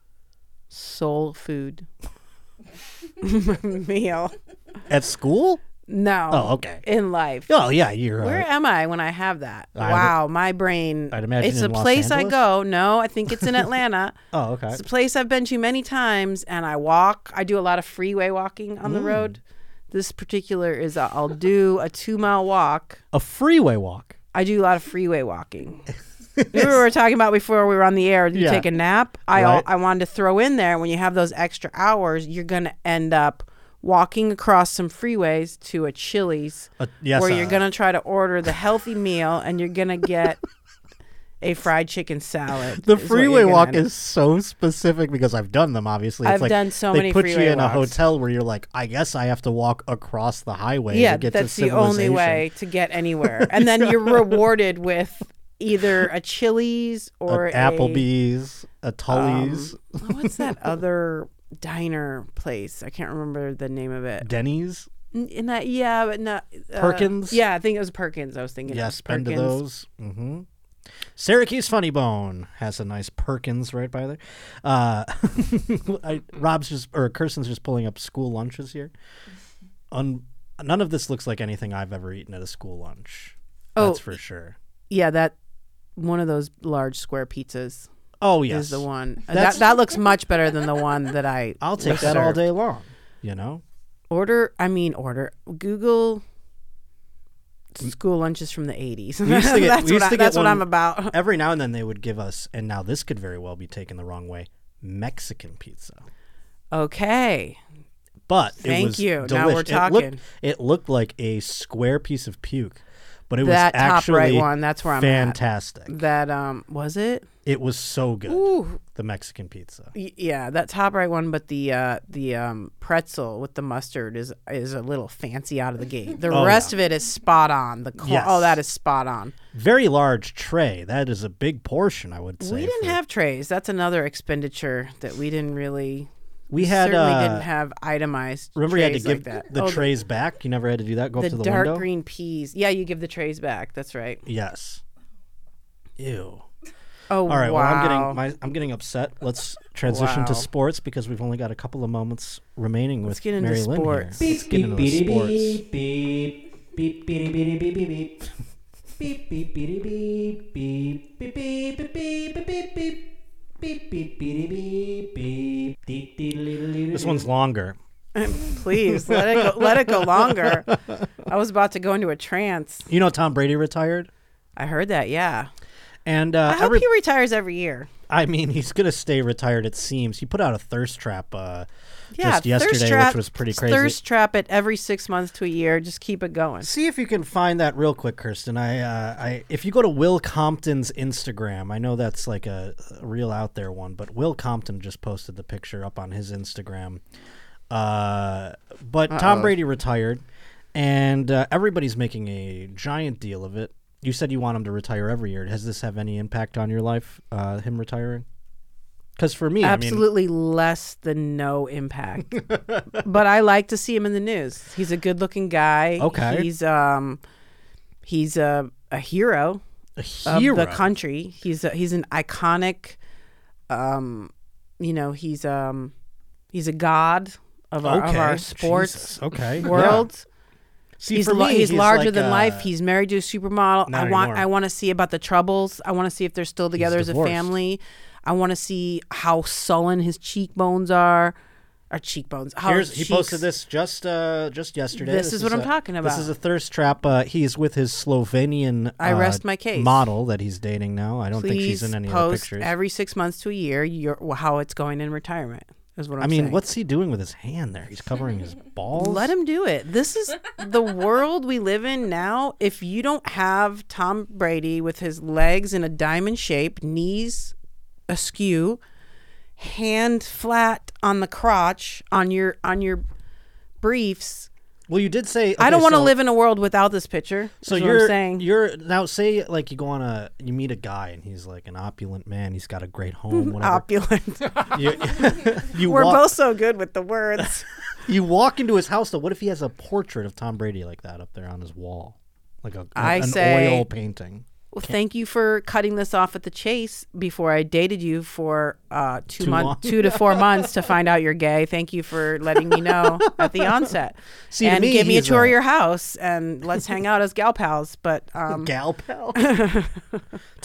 Speaker 3: soul food meal.
Speaker 2: At school?
Speaker 3: No.
Speaker 2: Oh, okay.
Speaker 3: In life.
Speaker 2: Oh yeah, you're
Speaker 3: Where
Speaker 2: uh,
Speaker 3: am I when I have that?
Speaker 2: I would-
Speaker 3: wow, my brain.
Speaker 2: I'd imagine
Speaker 3: it's
Speaker 2: in
Speaker 3: a
Speaker 2: Los
Speaker 3: place I
Speaker 2: Angeles?
Speaker 3: go. No, I think it's in Atlanta.
Speaker 2: Oh, okay. Mm.
Speaker 3: It's a place I've been to many times, and I walk. I do a lot of freeway walking on the road This particular is i I'll do a two mile walk.
Speaker 2: A freeway walk.
Speaker 3: I do a lot of freeway walking. Remember we were talking about before we were on the air. You
Speaker 2: Yeah.
Speaker 3: take a nap. I
Speaker 2: Right.
Speaker 3: I wanted to throw in there when you have those extra hours, you're gonna end up walking across some freeways to a Chili's,
Speaker 2: A- yes,
Speaker 3: where
Speaker 2: uh,
Speaker 3: you're gonna try to order the healthy meal and you're gonna get a fried chicken
Speaker 2: The
Speaker 3: salad. is what you're
Speaker 2: freeway
Speaker 3: gonna
Speaker 2: walk
Speaker 3: end up-
Speaker 2: is so specific because I've done them. Obviously, it's
Speaker 3: I've
Speaker 2: like
Speaker 3: done so
Speaker 2: they
Speaker 3: many
Speaker 2: put you
Speaker 3: freeway
Speaker 2: in a
Speaker 3: walks.
Speaker 2: hotel where you're like, I guess I have to walk across the highway.
Speaker 3: yeah.
Speaker 2: to get
Speaker 3: That's
Speaker 2: to
Speaker 3: the only
Speaker 2: civilization."
Speaker 3: way to get anywhere, and then you're rewarded with either a Chili's
Speaker 2: An
Speaker 3: or a
Speaker 2: Applebee's, a Tully's,
Speaker 3: Um, what's that other diner place? I can't remember the name of it.
Speaker 2: Denny's.
Speaker 3: N- In that, yeah, but not uh,
Speaker 2: Perkins?
Speaker 3: Yeah, I think it was Perkins. I was thinking. it
Speaker 2: Yes,
Speaker 3: was
Speaker 2: been
Speaker 3: Perkins.
Speaker 2: to those. hmm Syracuse Funny Bone has a nice Perkins right by there. Uh, I, Rob's just or Kirsten's just pulling up school lunches here. Un, none of this looks like anything I've ever eaten at a school lunch. that's
Speaker 3: Oh.
Speaker 2: for sure.
Speaker 3: Yeah, that one of those large square pizzas
Speaker 2: Oh yes,
Speaker 3: is the one. Uh,
Speaker 2: That's-
Speaker 3: That that looks much better than the one that I.
Speaker 2: I'll
Speaker 3: was
Speaker 2: take that all
Speaker 3: served.
Speaker 2: day long. You know,
Speaker 3: Order. I mean, order. Google. School lunches from the 80s.
Speaker 2: used to get-
Speaker 3: that's
Speaker 2: we used
Speaker 3: what, I,
Speaker 2: to get
Speaker 3: that's what
Speaker 2: one-
Speaker 3: I'm about.
Speaker 2: every now and then they would give us, and now this could very well be taken the wrong way. Mexican pizza,
Speaker 3: Okay.
Speaker 2: but it
Speaker 3: Thank
Speaker 2: was
Speaker 3: you. Now
Speaker 2: delish.
Speaker 3: we're
Speaker 2: It looked-
Speaker 3: talking.
Speaker 2: It looked, like a square piece of puke, but it
Speaker 3: That
Speaker 2: was
Speaker 3: top
Speaker 2: actually
Speaker 3: right one, that's where I'm at.
Speaker 2: fantastic.
Speaker 3: That, um, was it?
Speaker 2: It was so good.
Speaker 3: Ooh,
Speaker 2: The Mexican pizza.
Speaker 3: Y- Yeah, that top right one, but the uh, the um, pretzel with the mustard is is a little fancy out of the gate. The
Speaker 2: Oh,
Speaker 3: rest of it is spot on. The corn,
Speaker 2: Yes.
Speaker 3: oh, that is spot on.
Speaker 2: Very large tray. That is a big portion. I would say
Speaker 3: we didn't
Speaker 2: for-
Speaker 3: have trays. That's another expenditure that we didn't really.
Speaker 2: We had.
Speaker 3: certainly
Speaker 2: uh,
Speaker 3: didn't have itemized.
Speaker 2: remember, you
Speaker 3: trays
Speaker 2: had to
Speaker 3: like
Speaker 2: give
Speaker 3: that.
Speaker 2: the
Speaker 3: Oh,
Speaker 2: trays back. You never had to do that. Go
Speaker 3: The,
Speaker 2: up to the
Speaker 3: dark
Speaker 2: window.
Speaker 3: green peas. Yeah, you give the trays back. That's right.
Speaker 2: Yes. Ew.
Speaker 3: Oh,
Speaker 2: All right.
Speaker 3: Wow.
Speaker 2: Well, I'm getting my I'm getting upset. Let's transition to
Speaker 3: Wow.
Speaker 2: sports because we've only got a couple of moments remaining with
Speaker 3: get into
Speaker 2: Mary Lynn here.
Speaker 3: sports.
Speaker 2: Let's get into the sports.
Speaker 4: beep beep beep beep beep beep beep beep beep beep beep beep beep beep beep beep beep beep beep beep beep beep beep beep
Speaker 2: This one's longer.
Speaker 3: Please let it go, let it go longer. I was about to go into a trance.
Speaker 2: You know, Tom Brady retired,
Speaker 3: I heard that. Yeah.
Speaker 2: and uh,
Speaker 3: I hope
Speaker 2: every-
Speaker 3: he retires every year.
Speaker 2: I mean, he's gonna stay retired. It seems he put out a thirst trap uh,
Speaker 3: Yeah,
Speaker 2: just yesterday,
Speaker 3: thirst trap,
Speaker 2: which was pretty crazy.
Speaker 3: Thirst trap it every six months to a year. Just keep it going.
Speaker 2: See if you can find that real quick, Kirsten. I, uh, I, if you go to Will Compton's Instagram, I know that's like a, a real out there one, but Will Compton just posted the picture up on his Instagram. Uh, but Tom Brady retired, and uh, everybody's making a giant deal of it. You said you want him to retire every year. Does this have any impact on your life? Uh, him retiring? Because for me, I mean,
Speaker 3: Absolutely less than no impact. but I like to see him in the news. He's a good-looking guy.
Speaker 2: Okay.
Speaker 3: He's um, he's a a hero,
Speaker 2: a
Speaker 3: of
Speaker 2: hero.
Speaker 3: Um, the country. He's a, he's an iconic. Um, you know he's um, he's a god of our, of
Speaker 2: okay.
Speaker 3: our sports
Speaker 2: Jesus. Okay. Yeah.
Speaker 3: world.
Speaker 2: See,
Speaker 3: he's
Speaker 2: for
Speaker 3: la-
Speaker 2: me,
Speaker 3: he's, larger
Speaker 2: like
Speaker 3: than
Speaker 2: a-
Speaker 3: life. He's married to a supermodel.
Speaker 2: Not
Speaker 3: I want
Speaker 2: anymore.
Speaker 3: I want to see about the troubles. I want to see if they're still together as a
Speaker 2: divorced.
Speaker 3: family. I want to see how sullen his cheekbones are. Or cheekbones. How
Speaker 2: Here's,
Speaker 3: his
Speaker 2: he
Speaker 3: cheeks-
Speaker 2: posted this just uh, just yesterday.
Speaker 3: Oh, This is what I'm
Speaker 2: a-
Speaker 3: talking
Speaker 2: This
Speaker 3: about.
Speaker 2: is a thirst trap. Uh, he's with his Slovenian.
Speaker 3: I
Speaker 2: uh,
Speaker 3: rest my case.
Speaker 2: Model that he's dating now. I don't think she's
Speaker 3: Please
Speaker 2: in any other
Speaker 3: post
Speaker 2: pictures.
Speaker 3: every six months to a year your, well, how it's going in retirement. Is what I'm
Speaker 2: I mean,
Speaker 3: saying.
Speaker 2: what's he doing with his hand there? He's covering his balls.
Speaker 3: Let him do it. This is the world we live in now. If you don't have Tom Brady with his legs in a diamond shape, knees askew, hand flat on the crotch on your on your briefs,
Speaker 2: Well, you did say
Speaker 3: I don't
Speaker 2: okay,
Speaker 3: want to
Speaker 2: so-
Speaker 3: live in a world without this picture.
Speaker 2: So
Speaker 3: is what
Speaker 2: you're
Speaker 3: I'm saying
Speaker 2: you're now say like you go on a you meet a guy and he's like an opulent man. He's got a great home. Whatever.
Speaker 3: opulent.
Speaker 2: you, you
Speaker 3: We're
Speaker 2: walk,
Speaker 3: both so good with the words.
Speaker 2: You walk into his house though. What if he has a portrait of Tom Brady like that up there on his wall, like a
Speaker 3: I
Speaker 2: an
Speaker 3: say-
Speaker 2: oil painting?
Speaker 3: Well, thank you for cutting this off at the chase before I dated you for uh, two
Speaker 2: Too long.
Speaker 3: months, two to four months to find out you're gay. Thank you for letting me know at the onset.
Speaker 2: See, to
Speaker 3: and
Speaker 2: me,
Speaker 3: give me a
Speaker 2: he's
Speaker 3: tour
Speaker 2: a-
Speaker 3: of your house and let's hang out as gal pals. But um,
Speaker 2: gal pal. to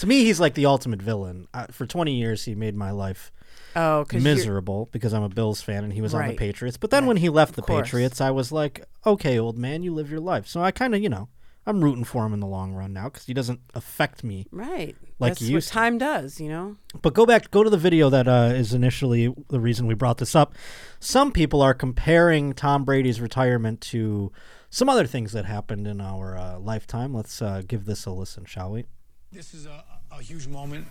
Speaker 2: me, he's like the ultimate villain. Uh, for 20 years, he made my life
Speaker 3: Oh, because
Speaker 2: miserable because I'm a Bills fan and he was on the
Speaker 3: Right.
Speaker 2: Patriots. But then when he left the
Speaker 3: course.
Speaker 2: Patriots, I was like, okay, old man, you live your life. So I kind of, you know, I'm rooting for him in the long run now because he doesn't affect me.
Speaker 3: Right.
Speaker 2: Like
Speaker 3: That's
Speaker 2: you
Speaker 3: what
Speaker 2: used to.
Speaker 3: time does, you know?
Speaker 2: But go back, go to the video that uh, is initially the reason we brought this up. Some people are comparing Tom Brady's retirement to some other things that happened in our uh, lifetime. Let's uh, give this a listen, shall we?
Speaker 5: This is a, a huge moment,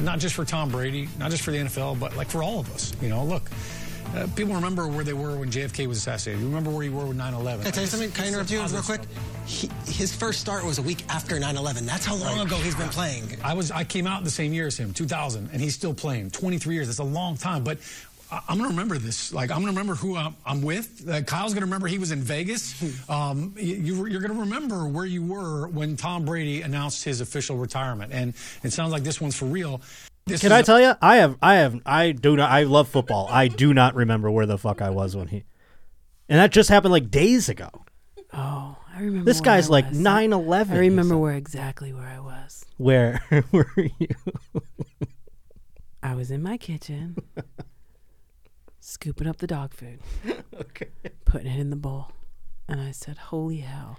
Speaker 5: not just for Tom Brady, not just for the NFL, but like for all of us. You know, look, uh, people remember where they were when JFK was assassinated. You remember where you were when 9 11.
Speaker 6: Can I tell you something? Can I interrupt you real quick? He, his first start was a week after 9/11. That's how long ago he's been playing.
Speaker 5: I was I came out the same year as him, 2000, and he's still playing. 23 years. That's a long time, but. I- I'm gonna remember this. Like I'm gonna remember who I'm, I'm with. Uh, Kyle's gonna remember he was in Vegas. Um, y- you, you're gonna remember where you were when Tom Brady announced his official retirement. And it sounds like this one's for real. This
Speaker 2: Can
Speaker 5: is
Speaker 2: I
Speaker 5: a-
Speaker 2: tell you? I have, I have, I do not. I love football. I do not remember where the fuck I was when he, and that just happened like days ago.
Speaker 3: Oh, I remember.
Speaker 2: This
Speaker 3: where
Speaker 2: guy's
Speaker 3: I
Speaker 2: like
Speaker 3: was.
Speaker 2: nine eleven.
Speaker 3: I remember where exactly where I was.
Speaker 2: where were you?
Speaker 3: I was in my kitchen, scooping up the dog food,
Speaker 2: Okay.
Speaker 3: putting it in the bowl. And I said, Holy hell.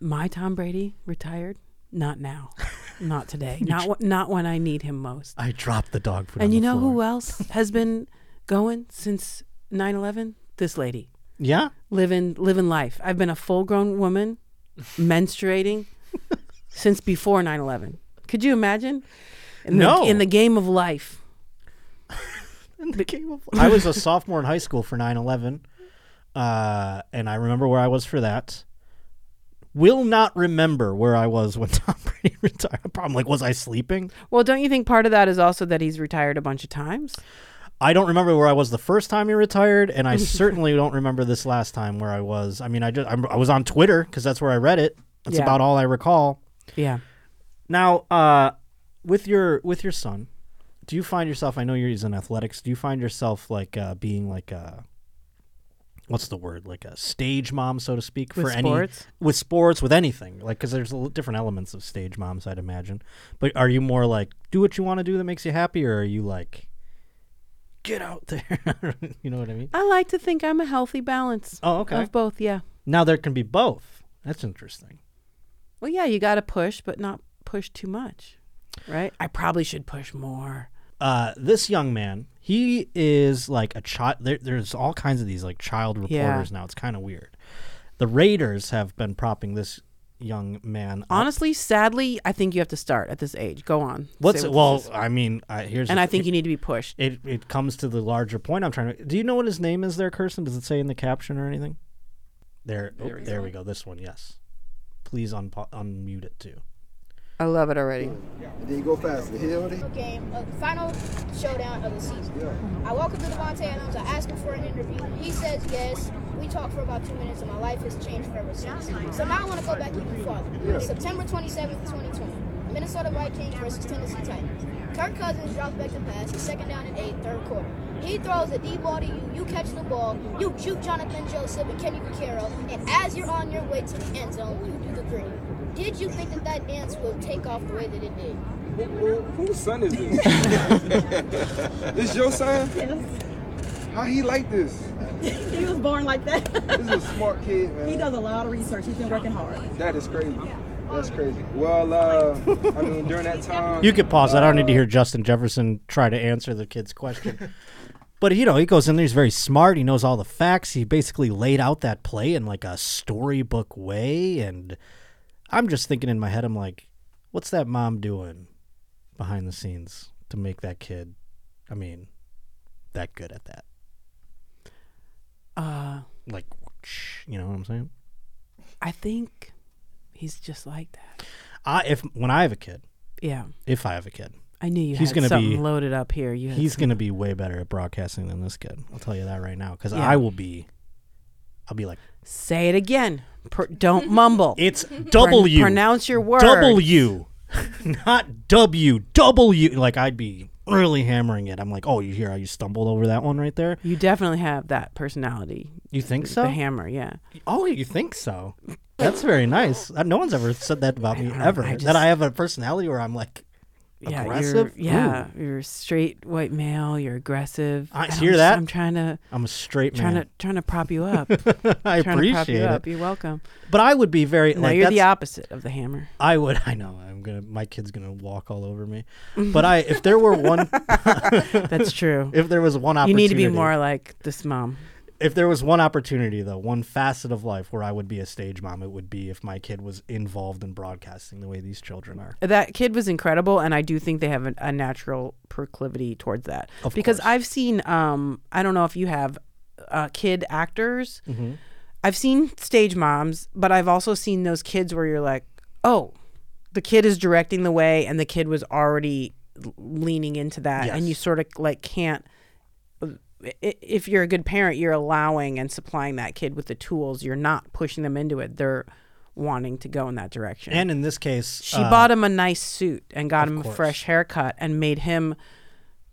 Speaker 3: My Tom Brady retired? Not now. Not today. not, wh- not when I need him most.
Speaker 2: I dropped the dog food. on
Speaker 3: And you
Speaker 2: the
Speaker 3: know who
Speaker 2: floor.
Speaker 3: else has been going since 9 11? This lady.
Speaker 2: Yeah.
Speaker 3: living living life. I've been a full grown woman menstruating since before 9/11. Could you imagine? In the,
Speaker 2: No.
Speaker 3: in the game of life.
Speaker 2: I was a sophomore in high school for 9/11, uh, and I remember where I was for that. Will not remember where I was when Tom Brady retired. I'm like, was I sleeping?
Speaker 3: Well, don't you think part of that is also that he's retired a bunch of times?
Speaker 2: I don't remember where I was the first time he retired, and I certainly don't remember this last time where I was. I mean, I just I'm, I was on Twitter because that's where I read it. That's
Speaker 3: Yeah.
Speaker 2: about all I recall.
Speaker 3: Yeah.
Speaker 2: Now, uh, with your with your son, do you find yourself? I know you're he's in athletics. Do you find yourself like uh, being like a what's the word like a stage mom, so to speak,
Speaker 3: With
Speaker 2: for
Speaker 3: sports?
Speaker 2: any with sports with anything? Like because there's a l- different elements of stage moms, I'd imagine. But are you more like do what you want to do that makes you happy, or are you like get out there? you know what I mean?
Speaker 3: I like to think I'm a healthy balance
Speaker 2: Oh, okay.
Speaker 3: of both, yeah.
Speaker 2: Now there can be both. That's interesting.
Speaker 3: Well, yeah, you got to push, but not push too much. Right? I probably should push more.
Speaker 2: uh, this young man, he is like a child. There, there's all kinds of these like child reporters
Speaker 3: Yeah.
Speaker 2: now. It's kind of weird. The Raiders have been propping this young man. up.
Speaker 3: Honestly, sadly, I think you have to start at this age. Go on.
Speaker 2: what's
Speaker 3: Say what
Speaker 2: well?
Speaker 3: this is.
Speaker 2: I mean, I, here's
Speaker 3: and
Speaker 2: the
Speaker 3: I think
Speaker 2: thing.
Speaker 3: you need to be pushed.
Speaker 2: it it comes to the larger point. I'm trying to. Do you know what his name is? There, Kirsten. Does it say in the caption or anything? There, oh, there, we go. This one, yes. Please unpo- unmute it too.
Speaker 3: I love it already.
Speaker 7: Then you go faster. Hit on it.
Speaker 8: game, uh, final showdown of the season. I walk up to Devontae Adams, I ask him for an interview. He says yes. We talk for about two minutes, and my life has changed forever since. So now I want to go back even farther. September 27th, 2020, Minnesota Vikings versus Tennessee Titans. Kirk Cousins drops back to pass, it's second down and eight, third quarter. He throws a deep ball to you, you catch the ball, you juke Jonathan Joseph and Kenny Vaccaro, and as you're on your way to the end zone, you do the three. Did you think that that dance would take off the way that it did?
Speaker 7: Who, whose son is this? this your son? How he like this?
Speaker 9: He was born like that.
Speaker 7: This is a smart kid, man.
Speaker 9: he does a lot of research. He's been working hard.
Speaker 7: That is crazy. That's crazy. Well, uh, I mean, during that time,
Speaker 2: You could pause that. I don't need to hear Justin Jefferson try to answer the kid's question. but you know, he goes in there. He's very smart. He knows all the facts. He basically laid out that play in like a storybook way. And I'm just thinking in my head, I'm like, what's that mom doing behind the scenes to make that kid? I mean, that good at that.
Speaker 3: Uh,
Speaker 2: Like, whoosh, you know what I'm saying?
Speaker 3: I think he's just like that.
Speaker 2: I if when I have a kid,
Speaker 3: Yeah,
Speaker 2: if I have a kid,
Speaker 3: I knew you
Speaker 2: He's
Speaker 3: had
Speaker 2: gonna
Speaker 3: something
Speaker 2: be-
Speaker 3: loaded up here. You had
Speaker 2: he's
Speaker 3: some-
Speaker 2: gonna be way better at broadcasting than this kid. I'll tell you that right now because
Speaker 3: Yeah.
Speaker 2: I will be. I'll be like,
Speaker 3: say it again. Pr- don't mumble.
Speaker 2: it's W.
Speaker 3: pronounce your words.
Speaker 2: W, not W. W. Like I'd be really hammering it. I'm like, oh, you hear how you stumbled over that one right there?
Speaker 3: You definitely have that personality.
Speaker 2: You think so?
Speaker 3: The hammer, yeah.
Speaker 2: oh, you think so? That's very nice. Uh, No one's ever said that about me ever.
Speaker 3: I
Speaker 2: that
Speaker 3: just-
Speaker 2: I have a personality where I'm like,
Speaker 3: yeah,
Speaker 2: Aggressive?
Speaker 3: You're, yeah, you're straight white male. You're aggressive.
Speaker 2: I
Speaker 3: And
Speaker 2: hear
Speaker 3: I'm,
Speaker 2: that.
Speaker 3: I'm trying to,
Speaker 2: I'm a straight
Speaker 3: trying
Speaker 2: man.
Speaker 3: to, trying to prop you up.
Speaker 2: I
Speaker 3: trying to prop
Speaker 2: appreciate
Speaker 3: you
Speaker 2: it.
Speaker 3: up. You're welcome.
Speaker 2: But I would be very
Speaker 3: No,
Speaker 2: like
Speaker 3: you're the
Speaker 2: that's-
Speaker 3: opposite of the hammer.
Speaker 2: I would. I know. I'm gonna. My kid's gonna walk all over me. But I, if there were one,
Speaker 3: That's true.
Speaker 2: if there was one
Speaker 3: you
Speaker 2: opportunity,
Speaker 3: need to be more like this mom.
Speaker 2: If there was one opportunity, though, one facet of life where I would be a stage mom, it would be if my kid was involved in broadcasting the way these children are.
Speaker 3: That kid was incredible, and I do think they have a, a natural proclivity towards that.
Speaker 2: Of
Speaker 3: because
Speaker 2: course.
Speaker 3: I've seen, um, I don't know if you have uh, kid actors.
Speaker 2: Mm-hmm.
Speaker 3: I've seen stage moms, but I've also seen those kids where you're like, oh, the kid is directing the way, and the kid was already l- leaning into that, and you
Speaker 2: Yes.
Speaker 3: sort of like can't. i- If you're a good parent, you're allowing and supplying that kid with the tools. You're not pushing them into it. They're wanting to go in that direction.
Speaker 2: And in this case,
Speaker 3: She
Speaker 2: uh,
Speaker 3: bought him a nice suit and got him a
Speaker 2: course.
Speaker 3: fresh haircut and made him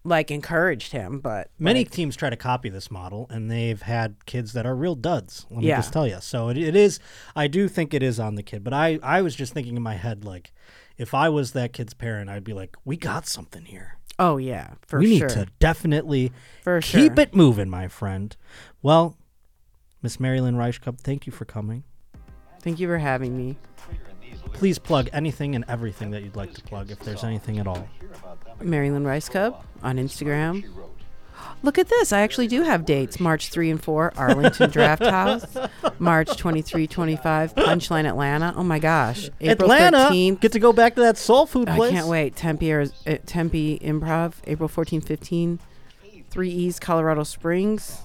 Speaker 3: like encouraged him, but
Speaker 2: Many teams try to copy this model, and they've had kids that are real duds. Let me
Speaker 3: Yeah.
Speaker 2: just tell you. So it, it is. I do think it is on the kid, but I I was just thinking in my head like, if I was that kid's parent, I'd be like, we got something here.
Speaker 3: oh yeah, for
Speaker 2: we
Speaker 3: sure.
Speaker 2: need to definitely
Speaker 3: For
Speaker 2: keep
Speaker 3: sure.
Speaker 2: it moving, my friend. Well, Miss Marilyn Reichkup, thank you for coming.
Speaker 3: Thank you for having me.
Speaker 2: Please plug anything and everything that you'd like to plug, if there's anything at all.
Speaker 3: Marilyn Rice Cub on Instagram. Look at this. I actually do have dates. March 3 and 4, Arlington Draft House. March 23, 25, Punchline Atlanta. Oh my gosh. April
Speaker 2: Atlanta,
Speaker 3: 13th.
Speaker 2: get to go back to that soul food
Speaker 3: I
Speaker 2: place.
Speaker 3: can't wait. Tempe, Ariz- uh, Tempe Improv, April 14, 15. 3E's, Colorado Springs.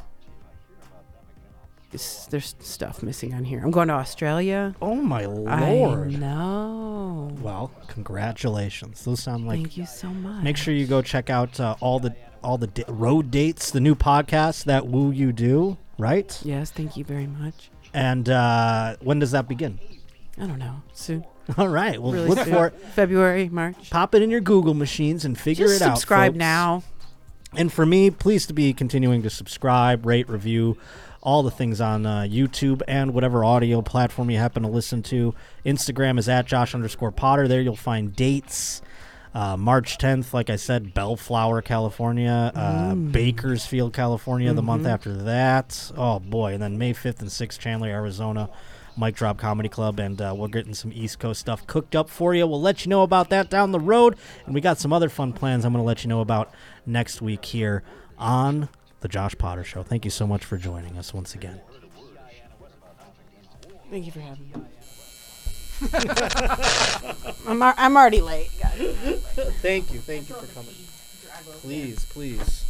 Speaker 3: It's- there's stuff missing on here. I'm going to Australia.
Speaker 2: Oh my
Speaker 3: I
Speaker 2: lord!
Speaker 3: know.
Speaker 2: Well, congratulations. Those sound like
Speaker 3: Thank you so much.
Speaker 2: Make sure you go check out uh, all the all the di- road dates, the new podcast that Woo You Do, right?
Speaker 3: Yes, thank you very much.
Speaker 2: And uh, when does that begin?
Speaker 3: I don't know. Soon.
Speaker 2: All right, well,
Speaker 3: Really
Speaker 2: look
Speaker 3: soon.
Speaker 2: for it.
Speaker 3: February, March.
Speaker 2: Pop it in your Google machines and figure
Speaker 3: Just
Speaker 2: it out.
Speaker 3: subscribe
Speaker 2: folks.
Speaker 3: now.
Speaker 2: And for me, please to be continuing to subscribe, rate, review, all the things on uh, YouTube and whatever audio platform you happen to listen to. Instagram is at Josh underscore Potter. There you'll find dates. Uh, March 10th, like I said, Bellflower, California, uh,
Speaker 3: Mm.
Speaker 2: Bakersfield, California, the
Speaker 3: Mm-hmm.
Speaker 2: month after that. Oh, boy. And then May 5th and 6th, Chandler, Arizona, Mike Drop Comedy Club. And uh, we're getting some East Coast stuff cooked up for you. We'll let you know about that down the road. And we got some other fun plans I'm going to let you know about next week here on The Josh Potter Show. Thank you so much for joining us once again.
Speaker 3: Thank you for having me. I'm, al- I'm already late.
Speaker 2: Thank you. Thank you for coming. Please, please.